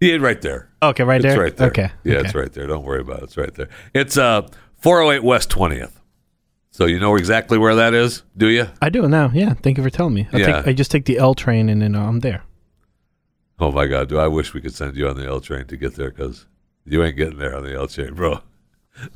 Speaker 2: yeah, right there.
Speaker 3: Okay, right
Speaker 2: It's
Speaker 3: there.
Speaker 2: right there.
Speaker 3: Okay.
Speaker 2: Yeah,
Speaker 3: okay.
Speaker 2: it's right there. Don't worry about it. It's right there. It's uh 408 West 20th. So you know exactly where that is, do you?
Speaker 3: I do now. Yeah. Thank you for telling me. I,
Speaker 2: Yeah.
Speaker 3: take, I just take the L train and then uh, I'm there.
Speaker 2: Oh my God, do I wish we could send you on the L train to get there because you ain't getting there on the L train, bro.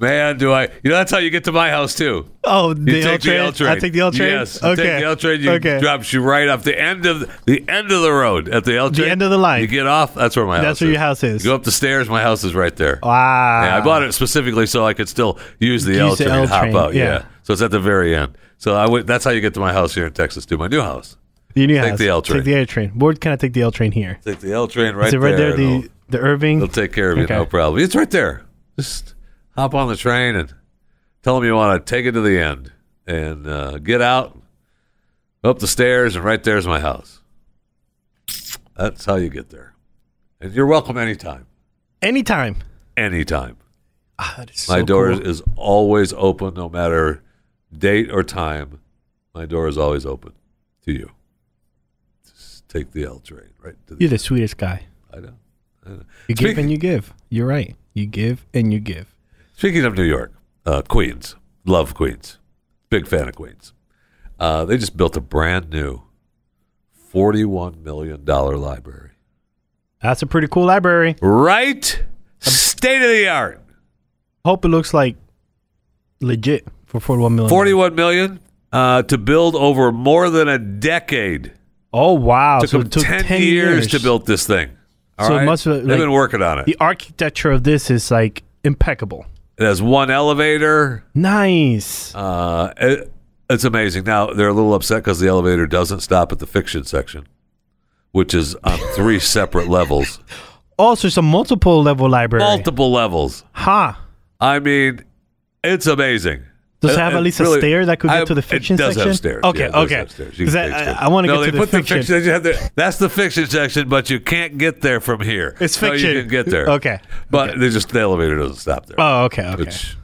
Speaker 2: Man, do I? You know that's how you get to my house too.
Speaker 3: Oh,
Speaker 2: You
Speaker 3: the L
Speaker 2: take
Speaker 3: train.
Speaker 2: the L train.
Speaker 3: I take the L train.
Speaker 2: Yes, you
Speaker 3: Okay.
Speaker 2: take the L train. You
Speaker 3: okay.
Speaker 2: drops you right off the end of the end of the road at the L
Speaker 3: The
Speaker 2: train.
Speaker 3: end of the line.
Speaker 2: You get off. That's where my house.
Speaker 3: That's where your house is.
Speaker 2: You go up the stairs. My house is right there.
Speaker 3: Wow.
Speaker 2: Yeah, I bought it specifically so I could still use the
Speaker 3: Ah. Use
Speaker 2: L
Speaker 3: the
Speaker 2: train,
Speaker 3: L
Speaker 2: and hop
Speaker 3: train,
Speaker 2: out. Yeah.
Speaker 3: yeah.
Speaker 2: So it's at the very end. So I would. That's how you get to my house here in Texas, to my new house.
Speaker 3: You knew
Speaker 2: Take
Speaker 3: house.
Speaker 2: the L train.
Speaker 3: Take the L train. Where can I take the L train here? Is
Speaker 2: Take the L train right
Speaker 3: it right there?
Speaker 2: and it'll-
Speaker 3: the the Irving.
Speaker 2: They'll take care of you,
Speaker 3: Okay.
Speaker 2: no problem. It's right there. Just hop on the train and tell them you want to take it to the end and uh, get out, up the stairs, and right there's my house. That's how you get there. And you're welcome anytime.
Speaker 3: Anytime.
Speaker 2: Anytime.
Speaker 3: Ah, that is
Speaker 2: My
Speaker 3: so
Speaker 2: door
Speaker 3: cool.
Speaker 2: is always open, no matter date or time. My door is always open to you. Just take the L train right to the
Speaker 3: You're the sweetest guy.
Speaker 2: I know. I know.
Speaker 3: You give
Speaker 2: Speaking-
Speaker 3: and you give. You're right. You give and you give.
Speaker 2: Speaking of New York, uh, Queens, love Queens, big fan of Queens. Uh, they just built a brand new $41 million library.
Speaker 3: That's a pretty cool library.
Speaker 2: Right? State of the art.
Speaker 3: Hope it looks like legit for 41 million.
Speaker 2: 41 million uh, to build over more than a decade.
Speaker 3: Oh wow!
Speaker 2: Took
Speaker 3: so
Speaker 2: them
Speaker 3: it took
Speaker 2: 10, years to build this thing. All
Speaker 3: So it
Speaker 2: right?
Speaker 3: must have,
Speaker 2: They've
Speaker 3: like,
Speaker 2: been working on it.
Speaker 3: The architecture of this is like impeccable.
Speaker 2: It has one elevator.
Speaker 3: Nice.
Speaker 2: Uh, it, it's amazing. Now they're a little upset because the elevator doesn't stop at the fiction section, which is on three separate levels,
Speaker 3: Also, it's a multiple level library.
Speaker 2: multiple levels.
Speaker 3: Huh?
Speaker 2: I mean, it's amazing.
Speaker 3: Does it
Speaker 2: Uh,
Speaker 3: have at least a
Speaker 2: really-
Speaker 3: stair that could
Speaker 2: I-
Speaker 3: get to the fiction
Speaker 2: it does
Speaker 3: section?
Speaker 2: Have stairs.
Speaker 3: Okay,
Speaker 2: Yeah, it does
Speaker 3: okay.
Speaker 2: have stairs. You
Speaker 3: 'Cause
Speaker 2: can
Speaker 3: I-
Speaker 2: take
Speaker 3: I-
Speaker 2: stairs.
Speaker 3: I wanna
Speaker 2: No,
Speaker 3: get
Speaker 2: they
Speaker 3: to the
Speaker 2: put
Speaker 3: fiction.
Speaker 2: they have the- that's the fiction section, but you can't get there from here.
Speaker 3: It's
Speaker 2: No,
Speaker 3: fiction.
Speaker 2: you can get there.
Speaker 3: Okay,
Speaker 2: But
Speaker 3: okay.
Speaker 2: they just the elevator doesn't stop there.
Speaker 3: Oh, okay, okay.
Speaker 2: Which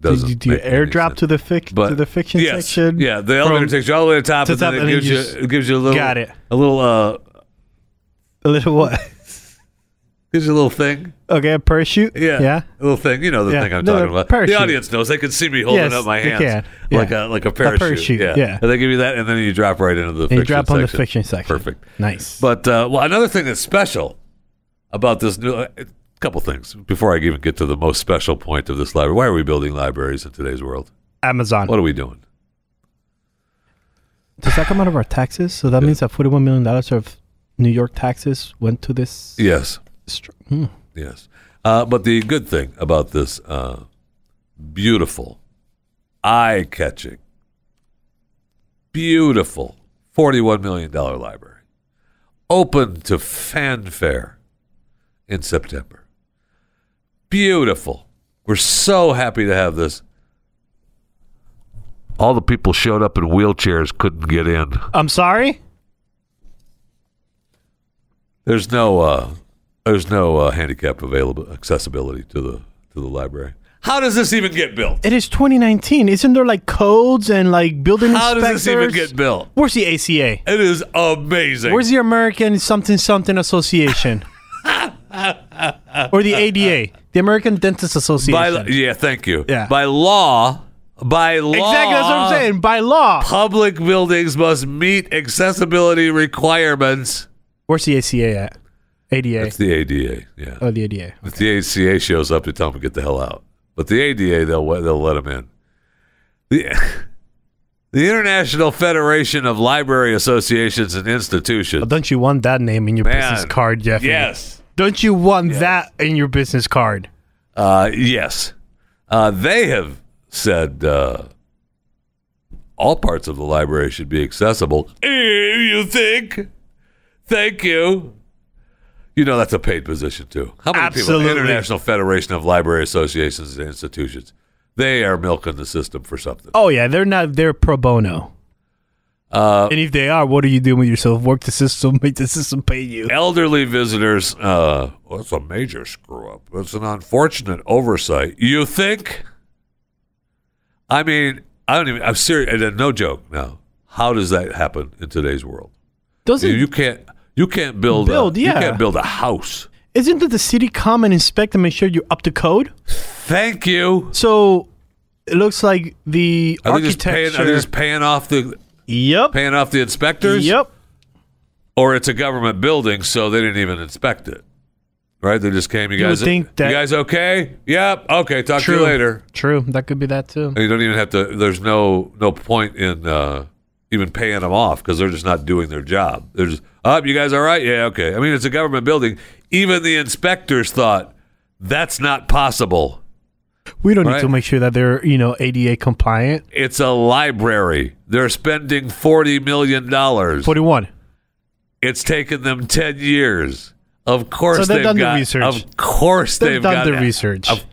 Speaker 3: Do,
Speaker 2: doesn't
Speaker 3: you- do you
Speaker 2: make any sense.
Speaker 3: airdrop to the fic
Speaker 2: but
Speaker 3: to the fiction
Speaker 2: yes.
Speaker 3: section?
Speaker 2: Yeah, the elevator
Speaker 3: from
Speaker 2: takes you all the way to the top,
Speaker 3: to
Speaker 2: and then
Speaker 3: top,
Speaker 2: it
Speaker 3: and then
Speaker 2: gives
Speaker 3: you
Speaker 2: you,
Speaker 3: just-
Speaker 2: it gives you a little
Speaker 3: Got it.
Speaker 2: a little uh
Speaker 3: a little what?
Speaker 2: gives you a little thing.
Speaker 3: Okay, a parachute.
Speaker 2: Yeah,
Speaker 3: yeah.
Speaker 2: a little thing. You know the
Speaker 3: Yeah.
Speaker 2: thing I'm
Speaker 3: No,
Speaker 2: talking
Speaker 3: the
Speaker 2: about.
Speaker 3: parachute.
Speaker 2: The audience knows they can see me holding
Speaker 3: Yes,
Speaker 2: up my
Speaker 3: they
Speaker 2: hands
Speaker 3: can.
Speaker 2: like
Speaker 3: Yeah.
Speaker 2: a like a parachute.
Speaker 3: parachute, yeah.
Speaker 2: And they give you that, and then you drop right into the
Speaker 3: And
Speaker 2: fiction
Speaker 3: you drop on
Speaker 2: section.
Speaker 3: the fiction section.
Speaker 2: Perfect.
Speaker 3: Nice.
Speaker 2: But uh, well, another thing that's special about this new. A couple things before I even get to the most special point of this library. Why are we building libraries in today's world?
Speaker 3: Amazon.
Speaker 2: What are we doing?
Speaker 3: Does that come out of our taxes? So that means that forty-one million dollars of New York taxes went to this.
Speaker 2: Yes.
Speaker 3: str- hmm.
Speaker 2: Yes. Uh, but the good thing about this uh, beautiful, eye catching, beautiful $41 million library, open to fanfare in September. Beautiful. We're so happy to have this. All the people showed up in wheelchairs, couldn't get in.
Speaker 3: I'm sorry.
Speaker 2: There's no uh, there's no uh, handicap available accessibility to the to the library. How does this even get built?
Speaker 3: It is 2019. Isn't there like codes and like building
Speaker 2: How does
Speaker 3: inspectors?
Speaker 2: this even get built?
Speaker 3: Where's the ACA?
Speaker 2: It is amazing.
Speaker 3: Where's the American something something association? or the ADA, the American Dentist Association.
Speaker 2: by, yeah, thank you.
Speaker 3: Yeah.
Speaker 2: By law, by law.
Speaker 3: exactly, that's what I'm saying. By law.
Speaker 2: Public buildings must meet accessibility requirements.
Speaker 3: Where's the ACA at? ADA.
Speaker 2: It's the ADA. Yeah.
Speaker 3: oh, the ADA.
Speaker 2: If the ACA shows up to tell him to get the hell out, but the ADA they'll they'll let him in. The the International Federation of Library Associations and Institutions.
Speaker 3: But don't you want that name in your
Speaker 2: Man.
Speaker 3: business card, Jeff?
Speaker 2: Yes,
Speaker 3: Don't you want that in your business card?
Speaker 2: uh, yes, uh, they have said uh, all parts of the library should be accessible. Eh, You think? Thank you. You know that's a paid position too. How many
Speaker 3: Absolutely.
Speaker 2: people? International Federation of Library Associations and Institutions. They are milking the system for something.
Speaker 3: Oh yeah, they're not. They're pro bono.
Speaker 2: Uh,
Speaker 3: And if they are, what are you doing with yourself? Work the system, make the system pay you.
Speaker 2: elderly visitors. Uh, well, it's a major screw up. It's an unfortunate oversight. You think? I mean, I don't even. I'm serious. and, uh, No joke. Now, how does that happen in today's world? You,
Speaker 3: Doesn't
Speaker 2: you can't. You can't build.
Speaker 3: Build,
Speaker 2: a,
Speaker 3: yeah.
Speaker 2: You can't build a house.
Speaker 3: isn't it the city come and inspect and make sure you're up to code?
Speaker 2: Thank you.
Speaker 3: So it looks like the
Speaker 2: Are they just
Speaker 3: architecture.
Speaker 2: paying? Are they just paying off the
Speaker 3: yep.
Speaker 2: paying off the inspectors?
Speaker 3: Yep.
Speaker 2: Or it's a government building, so they didn't even inspect it. Right? They just came. You,
Speaker 3: You would
Speaker 2: guys.
Speaker 3: think that-
Speaker 2: you guys okay? Yep. Okay. Talk to you later.
Speaker 3: True. That could be that too.
Speaker 2: And you don't even have to. There's no no point in uh, even paying them off because they're just not doing their job. They're just up. you guys all right? Yeah, okay. I mean, it's a government building. Even the inspectors thought that's not possible.
Speaker 3: We don't
Speaker 2: Right.
Speaker 3: need to make sure that they're you know ADA compliant.
Speaker 2: It's a library. They're spending forty million dollars.
Speaker 3: Forty one.
Speaker 2: It's taken them ten years. Of course,
Speaker 3: So they've
Speaker 2: they've
Speaker 3: done the
Speaker 2: got-
Speaker 3: research.
Speaker 2: Of course,
Speaker 3: They've,
Speaker 2: they've,
Speaker 3: done
Speaker 2: got
Speaker 3: the research.
Speaker 2: Of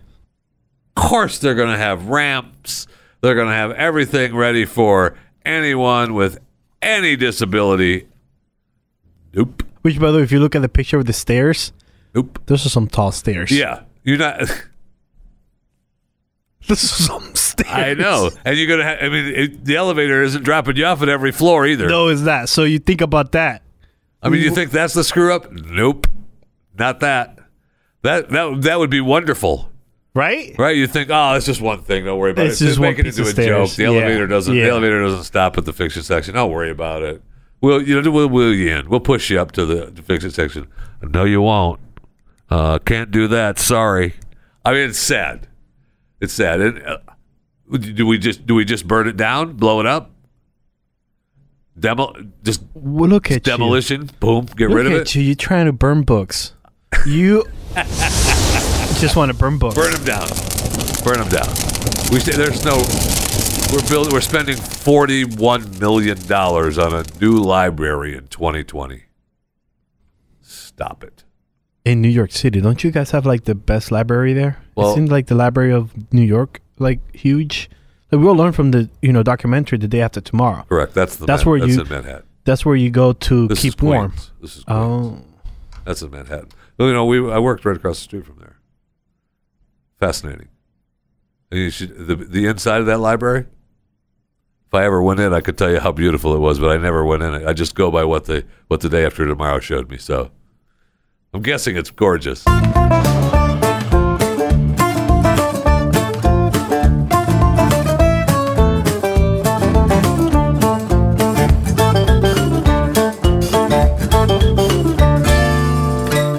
Speaker 2: course they're going to have ramps. They're going to have everything ready for anyone with any disability. Nope.
Speaker 3: Which, by the way, if you look at the picture of the stairs,
Speaker 2: Nope.
Speaker 3: those are some tall stairs.
Speaker 2: Yeah. You're not.
Speaker 3: those are some stairs.
Speaker 2: I know. And you're going to have, I mean, it, the elevator isn't dropping you off at every floor either.
Speaker 3: No, is that so? You think about that?
Speaker 2: I mean, you think that's the screw up? Nope. Not that. That, that, that would be wonderful.
Speaker 3: Right?
Speaker 2: Right? You think, oh, it's just one thing. Don't worry about
Speaker 3: It's
Speaker 2: it.
Speaker 3: just
Speaker 2: Just
Speaker 3: one
Speaker 2: make it
Speaker 3: piece
Speaker 2: into a
Speaker 3: of
Speaker 2: joke.
Speaker 3: stairs.
Speaker 2: The
Speaker 3: Yeah.
Speaker 2: elevator doesn't.
Speaker 3: Yeah.
Speaker 2: The elevator doesn't stop at the fiction section. Don't worry about it. We'll you know we'll wheel you in. We'll push you up to the, the fiction section. No, you won't. Uh, can't do that. Sorry. I mean, it's sad. It's sad. And, uh, do we just do we just burn it down? Blow it up? Demo? Just
Speaker 3: Well, look at you.
Speaker 2: demolition? Boom. Get
Speaker 3: Look
Speaker 2: rid of
Speaker 3: at
Speaker 2: it.
Speaker 3: you. You're trying to burn books. You just want to burn books.
Speaker 2: Burn them down. Burn them down. We say there's no. We're building. We're spending forty-one million dollars on a new library in 2020. Stop it.
Speaker 3: In New York City, don't you guys have like the best library there?
Speaker 2: Well-
Speaker 3: it seems like the Library of New York, like huge. Like, we'll learn from the you know documentary the day after tomorrow.
Speaker 2: Correct. That's the.
Speaker 3: That's
Speaker 2: Man-
Speaker 3: where
Speaker 2: that's
Speaker 3: you-
Speaker 2: in Manhattan.
Speaker 3: That's where you go to
Speaker 2: This is
Speaker 3: keep
Speaker 2: Queens.
Speaker 3: warm.
Speaker 2: This is. Queens.
Speaker 3: Oh,
Speaker 2: That's in Manhattan. Well, you know, we I worked right across the street from there. Fascinating. And you should the the inside of that library. If I ever went in, I could tell you how beautiful it was, but I never went in. I just go by what the what the day after tomorrow showed me. So, I'm guessing it's gorgeous.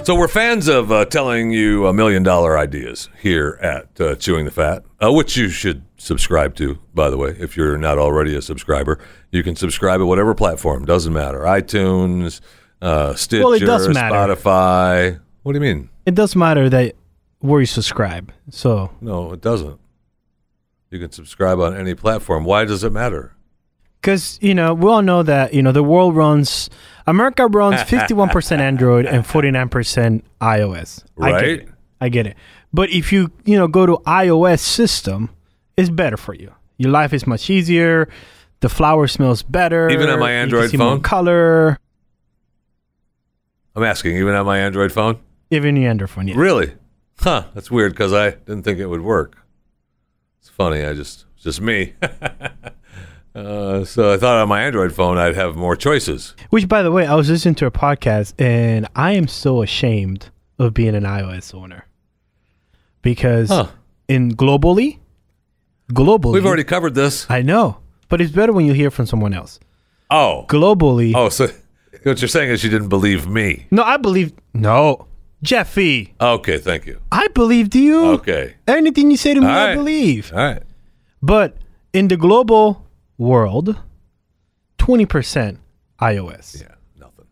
Speaker 2: So we're fans of uh, telling you a million dollar ideas here at uh, Chewing the Fat, uh, which you should subscribe to, by the way, if you're not already a subscriber. You can subscribe at whatever platform, doesn't matter. iTunes, uh, Stitcher,
Speaker 3: does matter.
Speaker 2: Spotify. What do you mean?
Speaker 3: it does matter that where you subscribe. So
Speaker 2: No, it doesn't. You can subscribe on any platform. Why does it matter?
Speaker 3: Because you know, we all know that you know the world runs. America runs fifty-one percent Android and forty-nine percent iOS. I get,
Speaker 2: Right.
Speaker 3: it. I get it. But if you you know go to iOS system, it's better for you. Your life is much easier. The flower smells better.
Speaker 2: Even on my
Speaker 3: you can
Speaker 2: Android
Speaker 3: see more
Speaker 2: phone?
Speaker 3: color.
Speaker 2: I'm asking, even on my Android phone?
Speaker 3: Even the Android phone, yeah.
Speaker 2: Really? Huh, that's weird because I didn't think it would work. It's funny. I just it's just me. uh, so I thought on my Android phone I'd have more choices.
Speaker 3: Which, by the way, I was listening to a podcast and I am so ashamed of being an iOS owner because
Speaker 2: Huh.
Speaker 3: in globally, globally,
Speaker 2: We've already covered this.
Speaker 3: I know, but it's better when you hear from someone else.
Speaker 2: Oh,
Speaker 3: Globally,
Speaker 2: oh. So what you're saying is you didn't believe me.
Speaker 3: no, I believe no, Jeffy,
Speaker 2: Okay, thank you.
Speaker 3: I believed you.
Speaker 2: Okay,
Speaker 3: Anything you say to me,
Speaker 2: All
Speaker 3: I
Speaker 2: right.
Speaker 3: believe.
Speaker 2: all right.
Speaker 3: But in the global world, 20% iOS.
Speaker 2: Yeah, nothing.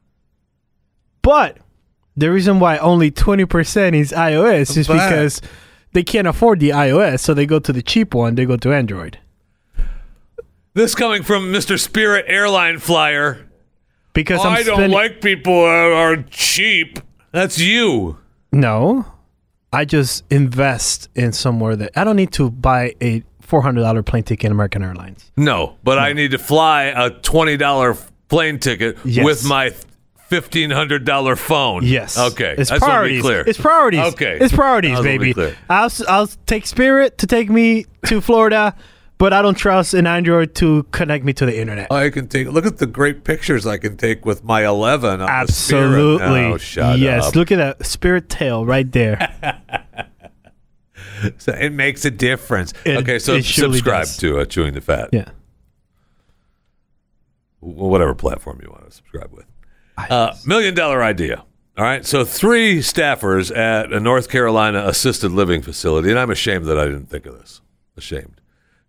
Speaker 3: But the reason why only 20% is iOS is
Speaker 2: But-
Speaker 3: because they can't afford the iOS, so they go to the cheap one, they go to Android.
Speaker 2: This coming from Mr. Spirit Airline Flyer.
Speaker 3: Because I'm
Speaker 2: Oh, I don't
Speaker 3: spending-
Speaker 2: like people that are cheap. That's you.
Speaker 3: No. I just invest in somewhere that I don't need to buy a $400 plane ticket in American Airlines.
Speaker 2: No, but I need to fly a twenty dollar plane ticket
Speaker 3: Yes.
Speaker 2: with my fifteen hundred dollar phone.
Speaker 3: Yes.
Speaker 2: Okay.
Speaker 3: It's
Speaker 2: I just wanna be
Speaker 3: priorities.
Speaker 2: clear.
Speaker 3: It's priorities.
Speaker 2: Okay.
Speaker 3: It's priorities,
Speaker 2: I just wanna be
Speaker 3: baby.
Speaker 2: clear.
Speaker 3: I'll s- I'll take Spirit to take me to Florida, but I don't trust an Android to connect me to the internet.
Speaker 2: Oh, I can take. Look at the great pictures I can take with my eleven. On the Spirit.
Speaker 3: Absolutely.
Speaker 2: Oh, shut
Speaker 3: yes.
Speaker 2: up.
Speaker 3: Look at that Spirit tail right there.
Speaker 2: So it makes a difference.
Speaker 3: It-
Speaker 2: okay. So
Speaker 3: it surely
Speaker 2: subscribe
Speaker 3: does.
Speaker 2: to uh, Chewing the Fat.
Speaker 3: yeah.
Speaker 2: Wh- whatever platform you want to subscribe with. Uh, million dollar idea. All right. So, three staffers at a North Carolina assisted living facility, and I'm ashamed that I didn't think of this. Ashamed.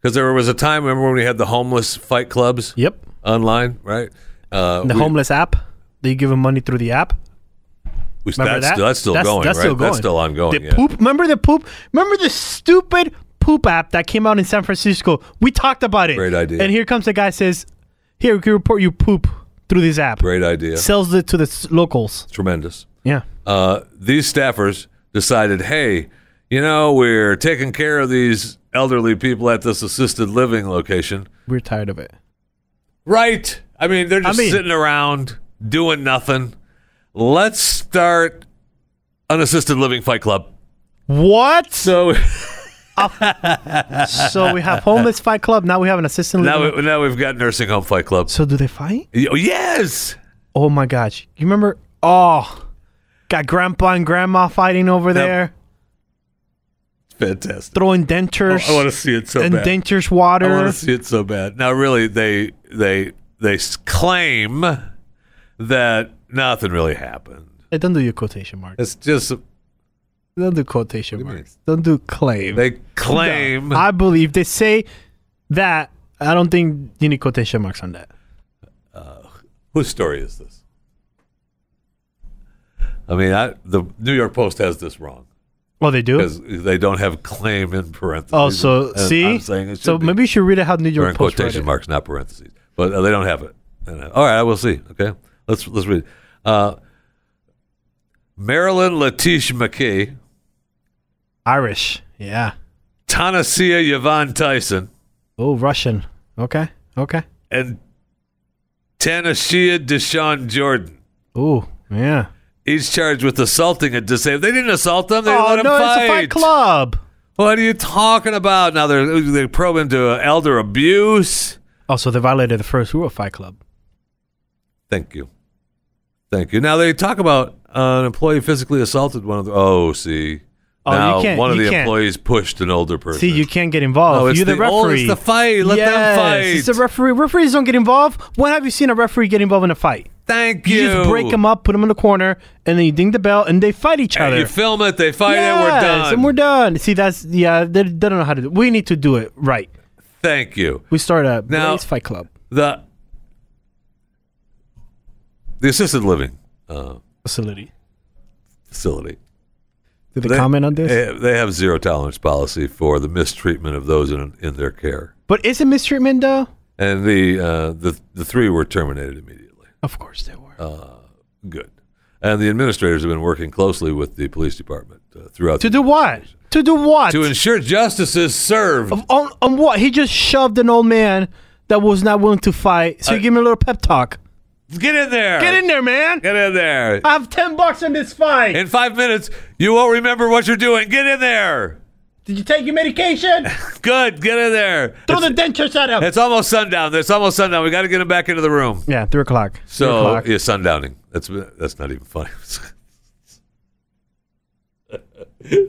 Speaker 2: Because there was a time, remember when we had the homeless fight clubs?
Speaker 3: Yep.
Speaker 2: Online, right? Uh,
Speaker 3: The
Speaker 2: we-
Speaker 3: homeless app. They give them money through the app.
Speaker 2: we-
Speaker 3: Remember
Speaker 2: that's,
Speaker 3: that?
Speaker 2: that's still going,
Speaker 3: That's
Speaker 2: right?
Speaker 3: still going.
Speaker 2: That's still ongoing.
Speaker 3: The
Speaker 2: yeah.
Speaker 3: poop. Remember the poop. Remember the stupid poop app that came out in San Francisco. We talked about it.
Speaker 2: Great idea.
Speaker 3: And here comes the guy says, "Here we can report you poop through this app."
Speaker 2: Great idea.
Speaker 3: Sells it to the s- locals.
Speaker 2: Tremendous.
Speaker 3: Yeah.
Speaker 2: uh, these staffers decided, hey, you know, we're taking care of these elderly people at this assisted living location.
Speaker 3: We're tired of it.
Speaker 2: Right. I mean, they're just
Speaker 3: mean-
Speaker 2: sitting around doing nothing. Let's start an assisted living fight club.
Speaker 3: What?
Speaker 2: So
Speaker 3: so we have homeless fight club. Now we have an assistant.
Speaker 2: now,
Speaker 3: living-
Speaker 2: we, now we've got nursing home fight clubs.
Speaker 3: so do they fight?
Speaker 2: Oh, yes.
Speaker 3: Oh my gosh. You remember? Oh, got grandpa and grandma fighting over there,
Speaker 2: Fantastic.
Speaker 3: throwing dentures.
Speaker 2: Oh, I want to see it so
Speaker 3: and
Speaker 2: bad.
Speaker 3: dentures
Speaker 2: I
Speaker 3: water.
Speaker 2: want to see it so bad. Now, really, they they they s- claim that nothing really happened.
Speaker 3: Hey, don't do your quotation marks.
Speaker 2: It's just
Speaker 3: Don't do quotation marks. Don't do claim.
Speaker 2: they claim.
Speaker 3: I believe they say that. I don't think you need quotation marks on that.
Speaker 2: Whose story is this? I mean, I, the New York Post has this wrong
Speaker 3: Oh, they do.
Speaker 2: because they don't have claim in parentheses.
Speaker 3: Oh, so
Speaker 2: And
Speaker 3: see.
Speaker 2: I'm saying it
Speaker 3: so
Speaker 2: should be.
Speaker 3: maybe you should read it how New
Speaker 2: They're
Speaker 3: York
Speaker 2: in
Speaker 3: Post wrote
Speaker 2: quotation
Speaker 3: it.
Speaker 2: marks, not parentheses, but uh, they don't have it. And, uh, all right, I will see. Okay, let's let's read. It. Uh, Marilyn Latish McKay,
Speaker 3: Irish. Yeah.
Speaker 2: Tanasia Yvonne Tyson,
Speaker 3: Oh, Russian. Okay. Okay.
Speaker 2: and Tanashia Deshawn Jordan.
Speaker 3: Oh, yeah.
Speaker 2: Each charged with assaulting a disabled. They didn't assault them. They
Speaker 3: oh
Speaker 2: let them
Speaker 3: no,
Speaker 2: fight.
Speaker 3: it's a fight club.
Speaker 2: What are you talking about? Now they're they probe into uh, elder abuse.
Speaker 3: Oh, so they violated the first rule of Fight Club.
Speaker 2: Thank you, thank you. Now they talk about uh, an employee physically assaulted one of the. Oh, see,
Speaker 3: Oh, you
Speaker 2: now
Speaker 3: can't-
Speaker 2: one of
Speaker 3: you
Speaker 2: the
Speaker 3: can't.
Speaker 2: employees pushed an older person.
Speaker 3: See, you can't get involved.
Speaker 2: No, it's
Speaker 3: You're the,
Speaker 2: the-
Speaker 3: referee.
Speaker 2: oh, it's the fight. Let them
Speaker 3: Yes,
Speaker 2: fight.
Speaker 3: It's the referee. Referees don't get involved. When have you seen a referee get involved in a fight?
Speaker 2: thank you.
Speaker 3: You just break them up, put them in the corner, and then you ding the bell, and they fight each other.
Speaker 2: You film it. They fight it. We're
Speaker 3: Yes,
Speaker 2: done.
Speaker 3: And we're done. See, that's yeah. They, they don't know how to. do We need to do it right.
Speaker 2: thank you.
Speaker 3: We start a
Speaker 2: Now-
Speaker 3: Blaze Fight Club
Speaker 2: The the assisted living uh,
Speaker 3: facility.
Speaker 2: facility.
Speaker 3: Did they, comment on this?
Speaker 2: They, eh. they have zero tolerance policy for the mistreatment of those in in their care.
Speaker 3: but is it mistreatment though?
Speaker 2: and the uh, the the three were terminated immediately.
Speaker 3: Of course they were.
Speaker 2: Good, and the administrators have been working closely with the police department uh, throughout
Speaker 3: to
Speaker 2: the
Speaker 3: do what? To do what?
Speaker 2: to ensure justice is served.
Speaker 3: on, on what? He just shoved an old man that was not willing to fight. So you give him a little pep talk.
Speaker 2: Get in there!
Speaker 3: Get in there, man.
Speaker 2: Get in there!
Speaker 3: I have ten bucks on this fight.
Speaker 2: In five minutes, you won't remember what you're doing. Get in there!
Speaker 7: Did you take your medication?
Speaker 2: Good, get in there.
Speaker 7: Throw the dentures at him.
Speaker 2: It's almost sundown. It's almost sundown. We got to get him back into the room.
Speaker 3: Yeah, three o'clock. three
Speaker 2: So
Speaker 3: o'clock.
Speaker 2: yeah, sundowning. That's that's not even funny.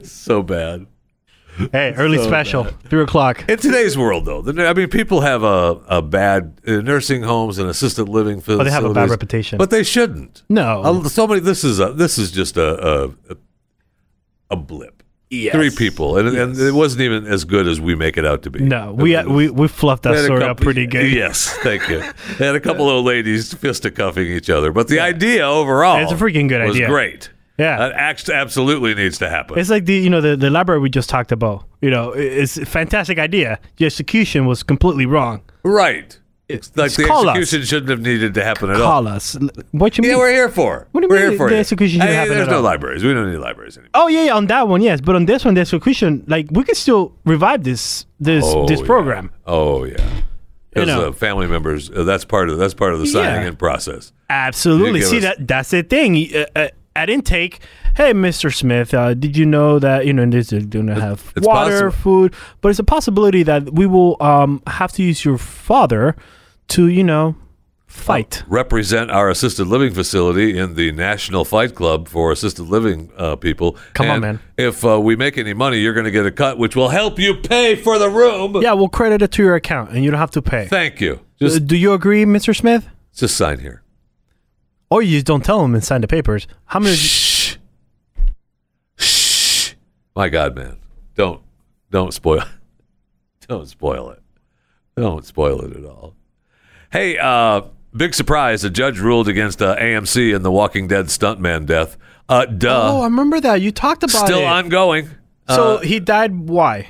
Speaker 2: so bad.
Speaker 3: hey, early special, three o'clock.
Speaker 2: In today's world, though, the, I mean, people have a, a bad uh, nursing homes and assisted living facilities.
Speaker 3: they have a bad reputation.
Speaker 2: but they shouldn't.
Speaker 3: No.
Speaker 2: Uh, so many. This is a this is just a a, a- a blip. Three people, and, and it wasn't even as good as we make it out to be.
Speaker 3: No, we uh,
Speaker 2: It was-
Speaker 3: we we fluffed that
Speaker 2: They had a
Speaker 3: story up
Speaker 2: couple-
Speaker 3: pretty good.
Speaker 2: Yes, thank you. They had a couple of ladies fisticuffing each other, but the idea overall
Speaker 3: It's a freaking good
Speaker 2: was
Speaker 3: idea.
Speaker 2: great.
Speaker 3: Yeah.
Speaker 2: That act absolutely needs to happen.
Speaker 3: It's like the you know the, the library we just talked about. You know, i- it's a fantastic idea. The execution was completely wrong.
Speaker 2: right. It's like
Speaker 3: it's
Speaker 2: the
Speaker 3: call us.
Speaker 2: execution shouldn't have needed to happen at all.
Speaker 3: Call us. L- What you
Speaker 2: Yeah,
Speaker 3: mean?
Speaker 2: we're here for.
Speaker 3: What do you
Speaker 2: we're
Speaker 3: mean
Speaker 2: here for
Speaker 3: the
Speaker 2: you.
Speaker 3: execution didn't
Speaker 2: Hey,
Speaker 3: happen
Speaker 2: There's
Speaker 3: at
Speaker 2: no
Speaker 3: all?
Speaker 2: libraries. We don't need libraries anymore.
Speaker 3: oh yeah, yeah, on that one, yes. But on this one, the execution, like we could still revive this this
Speaker 2: Oh,
Speaker 3: this
Speaker 2: yeah.
Speaker 3: program.
Speaker 2: Oh yeah.
Speaker 3: You
Speaker 2: Because
Speaker 3: know.
Speaker 2: uh, family members, uh, that's part of that's part of the signing
Speaker 3: Yeah.
Speaker 2: in process.
Speaker 3: Absolutely.
Speaker 2: You give
Speaker 3: See
Speaker 2: us-
Speaker 3: that that's the thing. You- Uh, uh, at intake, hey, Mr. Smith, uh, did you know that you know this is gonna have
Speaker 2: it's possible.
Speaker 3: water, food, but it's a possibility that we will um, have to use your father to you know fight.
Speaker 2: represent our assisted living facility in the National Fight Club for assisted living uh, people.
Speaker 3: Come on,
Speaker 2: And
Speaker 3: man.
Speaker 2: If uh, we make any money, you're going to get a cut, which will help you pay for the room.
Speaker 3: Yeah, we'll credit it to your account, and you don't have to pay.
Speaker 2: Thank you.
Speaker 3: Uh,
Speaker 2: Just
Speaker 3: Do you agree, Mr. Smith?
Speaker 2: just sign here.
Speaker 3: Or you just don't tell him and sign the papers. How many?
Speaker 2: Shh. Shh. My God, man, don't don't spoil don't spoil it. Don't spoil it at all. Hey, uh, big surprise! A judge ruled against uh, AMC and The Walking Dead stuntman death. Uh, duh.
Speaker 3: oh, I remember that you talked about
Speaker 2: still
Speaker 3: it.
Speaker 2: ongoing.
Speaker 3: so
Speaker 2: Uh,
Speaker 3: he died. Why?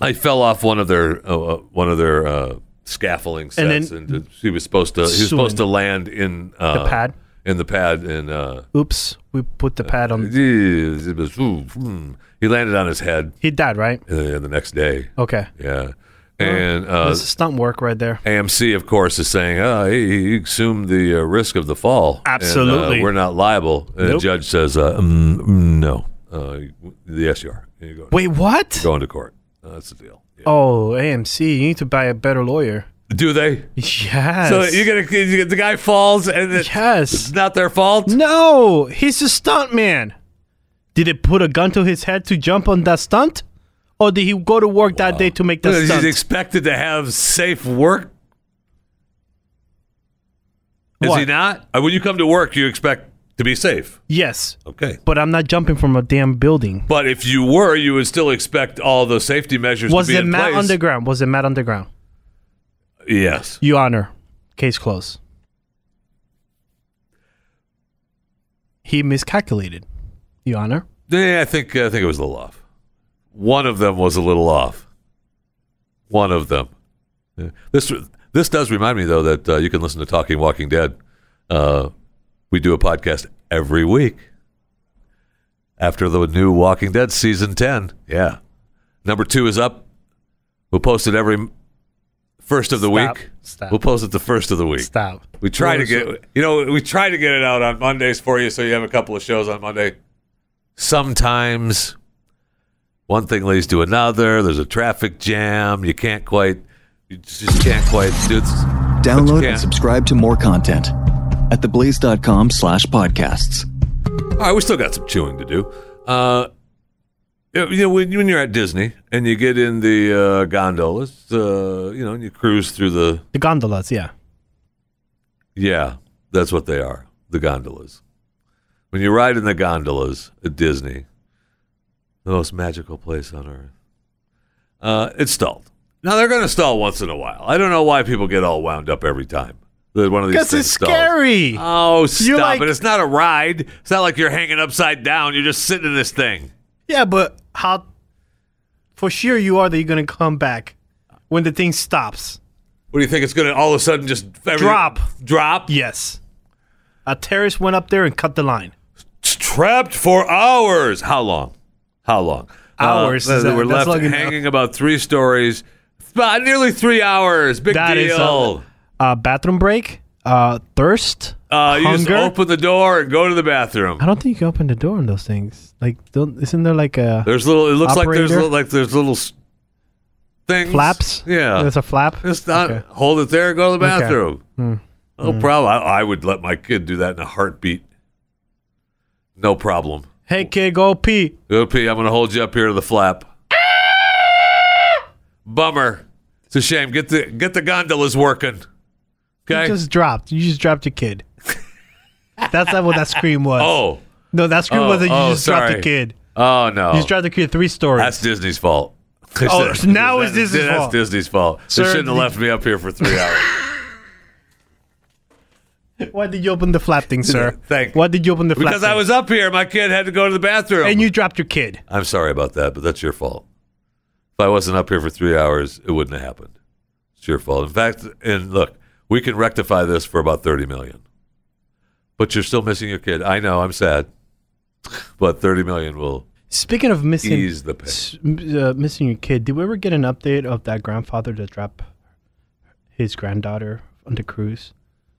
Speaker 2: I fell off one of their uh, uh, one of their uh, scaffolding
Speaker 3: And
Speaker 2: sets,
Speaker 3: then-
Speaker 2: and, uh, he was supposed to he was
Speaker 3: Soon.
Speaker 2: supposed to land in uh,
Speaker 3: The pad?
Speaker 2: in the pad and uh,
Speaker 3: Oops, we put the pad on.
Speaker 2: it was- ooh, hmm. he landed on his head
Speaker 3: He died, right?
Speaker 2: uh, the next day.
Speaker 3: Okay.
Speaker 2: Yeah, and uh,
Speaker 3: That's stunt work right there.
Speaker 2: AMC, of course, is saying oh, he, he assumed the uh, risk of the fall. and, uh,
Speaker 3: Absolutely.
Speaker 2: we're not liable. And the
Speaker 3: Nope.
Speaker 2: judge says uh, mm, mm, no. Uh, yes, you are. You're going,
Speaker 3: Wait, what?
Speaker 2: going to court. Uh, that's the deal. Yeah.
Speaker 3: Oh, AMC, you need to buy a better lawyer.
Speaker 2: Do they?
Speaker 3: Yes.
Speaker 2: So you gonna you get- the guy falls and it- it's
Speaker 3: Yes.
Speaker 2: not their fault.
Speaker 3: No, he's a stunt man. Did it put a gun to his head to jump on that stunt? Or did he go to work that day to make that
Speaker 2: He's
Speaker 3: stunt?
Speaker 2: expected to have safe work. Is he
Speaker 3: What?
Speaker 2: not? Uh, When you come to work, you expect to be safe.
Speaker 3: yes.
Speaker 2: Okay.
Speaker 3: But I'm not jumping from a damn building.
Speaker 2: But if you were, you would still expect all the safety measures
Speaker 3: Was
Speaker 2: to be
Speaker 3: it
Speaker 2: in
Speaker 3: Matt
Speaker 2: place.
Speaker 3: on the ground? Was it Matt on the ground?
Speaker 2: yes.
Speaker 3: You honor. Case closed. He miscalculated. You honor.
Speaker 2: Yeah, I think I think it was a little off. One of them was a little off. One of them. Yeah. This this does remind me though that uh, you can listen to Talking Walking Dead. Uh, we do a podcast every week after the new Walking Dead season ten. Yeah, number two is up. We'll post it every first of the
Speaker 3: Stop.
Speaker 2: week.
Speaker 3: Stop.
Speaker 2: We'll post it the first of the week.
Speaker 3: Stop.
Speaker 2: We try to get you know we try to get it out on Mondays for you, so you have a couple of shows on Monday. Sometimes one thing leads to another. There's a traffic jam. You can't quite, you just can't quite do. This.
Speaker 1: Download
Speaker 2: can.
Speaker 1: and subscribe to more content at theblaze.com slash podcasts.
Speaker 2: All right, we still got some chewing to do. Uh, you know, you know, when, when you're at Disney and you get in the uh, gondolas, uh, you know, and you cruise through the
Speaker 3: The gondolas, yeah.
Speaker 2: Yeah, that's what they are. The gondolas. When you ride in the gondolas at Disney, the most magical place on earth, uh, it's stalled. Now they're going to stall once in a while. I don't know why people get all wound up every time. That one of these
Speaker 3: Because
Speaker 2: things
Speaker 3: it's
Speaker 2: stalls.
Speaker 3: scary.
Speaker 2: Oh, stop
Speaker 3: like-
Speaker 2: it! It's not a ride. It's not like you're hanging upside down. You're just sitting in this thing.
Speaker 3: Yeah, but how for sure you are that you're gonna come back when the thing stops.
Speaker 2: What do you think? It's going to all of a sudden just every-
Speaker 3: Drop.
Speaker 2: drop.
Speaker 3: Yes. A terrorist went up there and cut the line.
Speaker 2: trapped for hours. How long? How long?
Speaker 3: Hours
Speaker 2: Uh,
Speaker 3: is-
Speaker 2: they were
Speaker 3: that's
Speaker 2: left
Speaker 3: long enough.
Speaker 2: hanging about three stories, about nearly three hours. Big
Speaker 3: That is
Speaker 2: deal.
Speaker 3: a, a bathroom break, uh, thirst,
Speaker 2: Uh, you just
Speaker 3: Hunger?
Speaker 2: open the door and go to the bathroom.
Speaker 3: I don't think you can open the door in those things. Like, don't, isn't there like a
Speaker 2: There's little. It looks like there's
Speaker 3: Operator?
Speaker 2: little, like there's little s- things.
Speaker 3: flaps?
Speaker 2: Yeah.
Speaker 3: there's a flap.
Speaker 2: Just not
Speaker 3: Okay.
Speaker 2: hold it there. Go to the
Speaker 3: Okay. Hmm.
Speaker 2: bathroom. No problem. I, I would let my kid do that in a heartbeat. No problem.
Speaker 3: Hey kid, go pee.
Speaker 2: Go pee. I'm going to hold you up here to the flap. Bummer. It's a shame. Get the get the gondolas working. Okay.
Speaker 3: You just dropped. You just dropped your kid. That's not what that scream was.
Speaker 2: oh.
Speaker 3: no, that scream
Speaker 2: oh,
Speaker 3: was that you
Speaker 2: oh,
Speaker 3: just dropped
Speaker 2: sorry.
Speaker 3: the kid.
Speaker 2: Oh no.
Speaker 3: You just dropped the kid three stories.
Speaker 2: That's Disney's fault.
Speaker 3: Oh, so now it's
Speaker 2: That's-
Speaker 3: Disney's fault.
Speaker 2: That's Disney's fault.
Speaker 3: Sir,
Speaker 2: they shouldn't have
Speaker 3: the-
Speaker 2: left me up here for three hours.
Speaker 3: Why did you open the flap thing, sir?
Speaker 2: Thank-
Speaker 3: Why did you open the flap?
Speaker 2: because I
Speaker 3: thing?
Speaker 2: was up here, my kid had to go to the bathroom.
Speaker 3: and you dropped your kid.
Speaker 2: I'm sorry about that, but that's your fault. If I wasn't up here for three hours, it wouldn't have happened. It's your fault. In fact, and look, we can rectify this for about thirty million. But you're still missing your kid. I know. I'm sad, but thirty million will
Speaker 3: Speaking of missing
Speaker 2: ease the pain.
Speaker 3: s- uh, missing your kid, did we ever get an update of that grandfather that dropped his granddaughter on the cruise?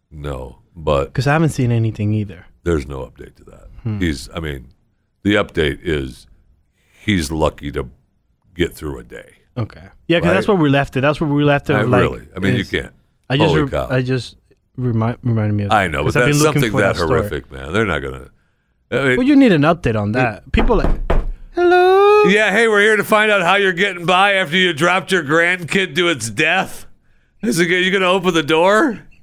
Speaker 2: No, but
Speaker 3: Because I haven't seen anything either.
Speaker 2: there's no update to that.
Speaker 3: Hmm.
Speaker 2: He's. I mean, the update is he's lucky to get through a day.
Speaker 3: Okay. Yeah, because that's
Speaker 2: Right.
Speaker 3: where we left it. That's where we left it.
Speaker 2: I
Speaker 3: like,
Speaker 2: really. I mean, you
Speaker 3: is-
Speaker 2: can't.
Speaker 3: I just.
Speaker 2: Holy
Speaker 3: re-
Speaker 2: cow.
Speaker 3: I just remind reminded me of.
Speaker 2: I know, but
Speaker 3: 'cause I've been
Speaker 2: that's
Speaker 3: looking
Speaker 2: something
Speaker 3: for
Speaker 2: that,
Speaker 3: story.
Speaker 2: horrific, man. They're not gonna. I mean,
Speaker 3: Well, you need an update on that. People like, hello.
Speaker 2: Yeah, hey, we're here to find out how you're getting by after you dropped your grandkid to its death. Is it you gonna open the door?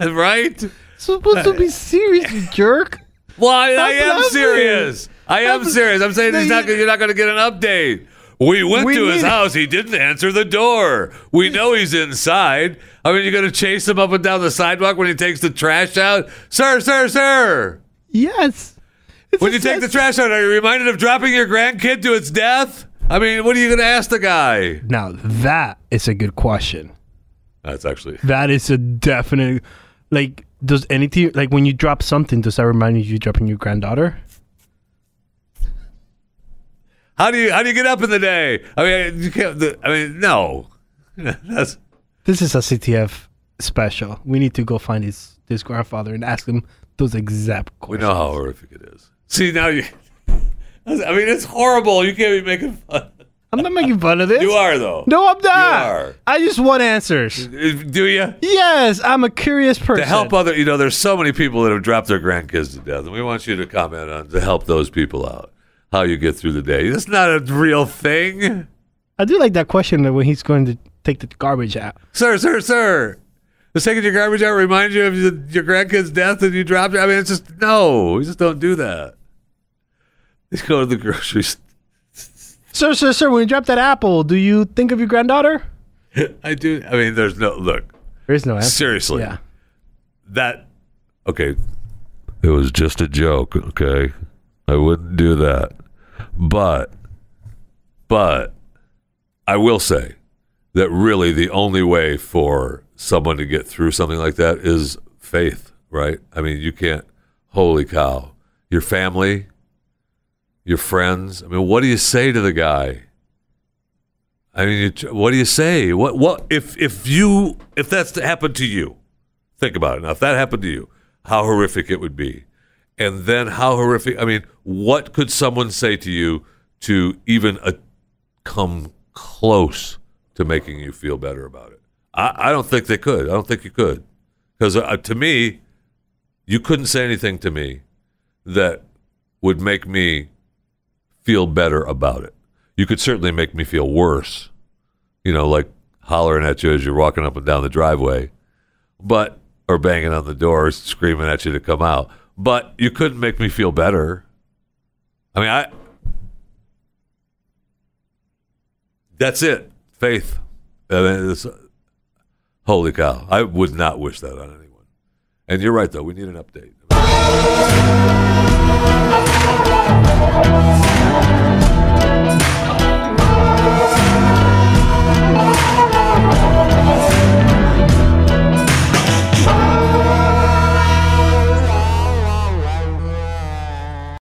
Speaker 2: right?
Speaker 3: supposed to be serious, you jerk.
Speaker 2: Well, I, I
Speaker 3: That's what
Speaker 2: am
Speaker 3: I'm
Speaker 2: serious. I am
Speaker 3: That's-
Speaker 2: serious. I'm saying
Speaker 3: No,
Speaker 2: he's not.
Speaker 3: you-
Speaker 2: Gonna, you're not gonna get an update. We went
Speaker 3: We
Speaker 2: to his
Speaker 3: need-
Speaker 2: house. He didn't answer the door. We know he's inside. I mean, you're gonna chase him up and down the sidewalk when he takes the trash out, sir, sir, sir.
Speaker 3: Yes. It's
Speaker 2: When
Speaker 3: a
Speaker 2: you take the
Speaker 3: sense-
Speaker 2: trash out, are you reminded of dropping your grandkid to its death? I mean, what are you going to ask the guy?
Speaker 3: Now that is a good question.
Speaker 2: That's actually.
Speaker 3: That is a definite. Like, does anything like when you drop something? Does that remind you you dropping your granddaughter?
Speaker 2: How do you how do you get up in the day? I mean, you can't. The, I mean, no. That's
Speaker 3: This is a CTF special. We need to go find his this grandfather and ask him those exact
Speaker 2: we
Speaker 3: questions.
Speaker 2: know how horrific it is. See now you. I mean, it's horrible. You can't be making fun.
Speaker 3: I'm not making fun of this.
Speaker 2: You are though.
Speaker 3: No, I'm not.
Speaker 2: are.
Speaker 3: I just want answers.
Speaker 2: If- Do you?
Speaker 3: Yes, I'm a curious person.
Speaker 2: To help other, you know, there's so many people that have dropped their grandkids to death, and we want you to comment on to help those people out. How you get through the day? That's not a real thing.
Speaker 3: I do like that question that when he's going to take the garbage out.
Speaker 2: sir, sir, sir. Does taking your garbage out remind you of your your grandkid's death and you dropped it? I mean, it's just no. We just don't do that. Just go to the grocery store.
Speaker 3: Sir, sir, sir, when you drop that apple, do you think of your granddaughter?
Speaker 2: I do. I mean, there's no look.
Speaker 3: There is no answer.
Speaker 2: Seriously,
Speaker 3: Yeah.
Speaker 2: that okay. It was just a joke. Okay, I wouldn't do that. But, but I will say that really the only way for someone to get through something like that is faith, right? I mean, you can't, holy cow, your family, your friends. I mean, what do you say to the guy? I mean, you, tr- what do you say? What, what, if, if you, if that's to happen to you, think about it. Now, if that happened to you, how horrific it would be. And then how horrific, I mean, what could someone say to you to even a, come close to making you feel better about it. I, I don't think they could. I don't think you could. Because uh, to me, you couldn't say anything to me that would make me feel better about it. You could certainly make me feel worse, you know, like hollering at you as you're walking up and down the driveway, but, or banging on the door, screaming at you to come out. But you couldn't make me feel better. I mean, I, That's it. Faith. I mean, it's- holy cow. I would not wish that on anyone. And you're right, though. We need an update.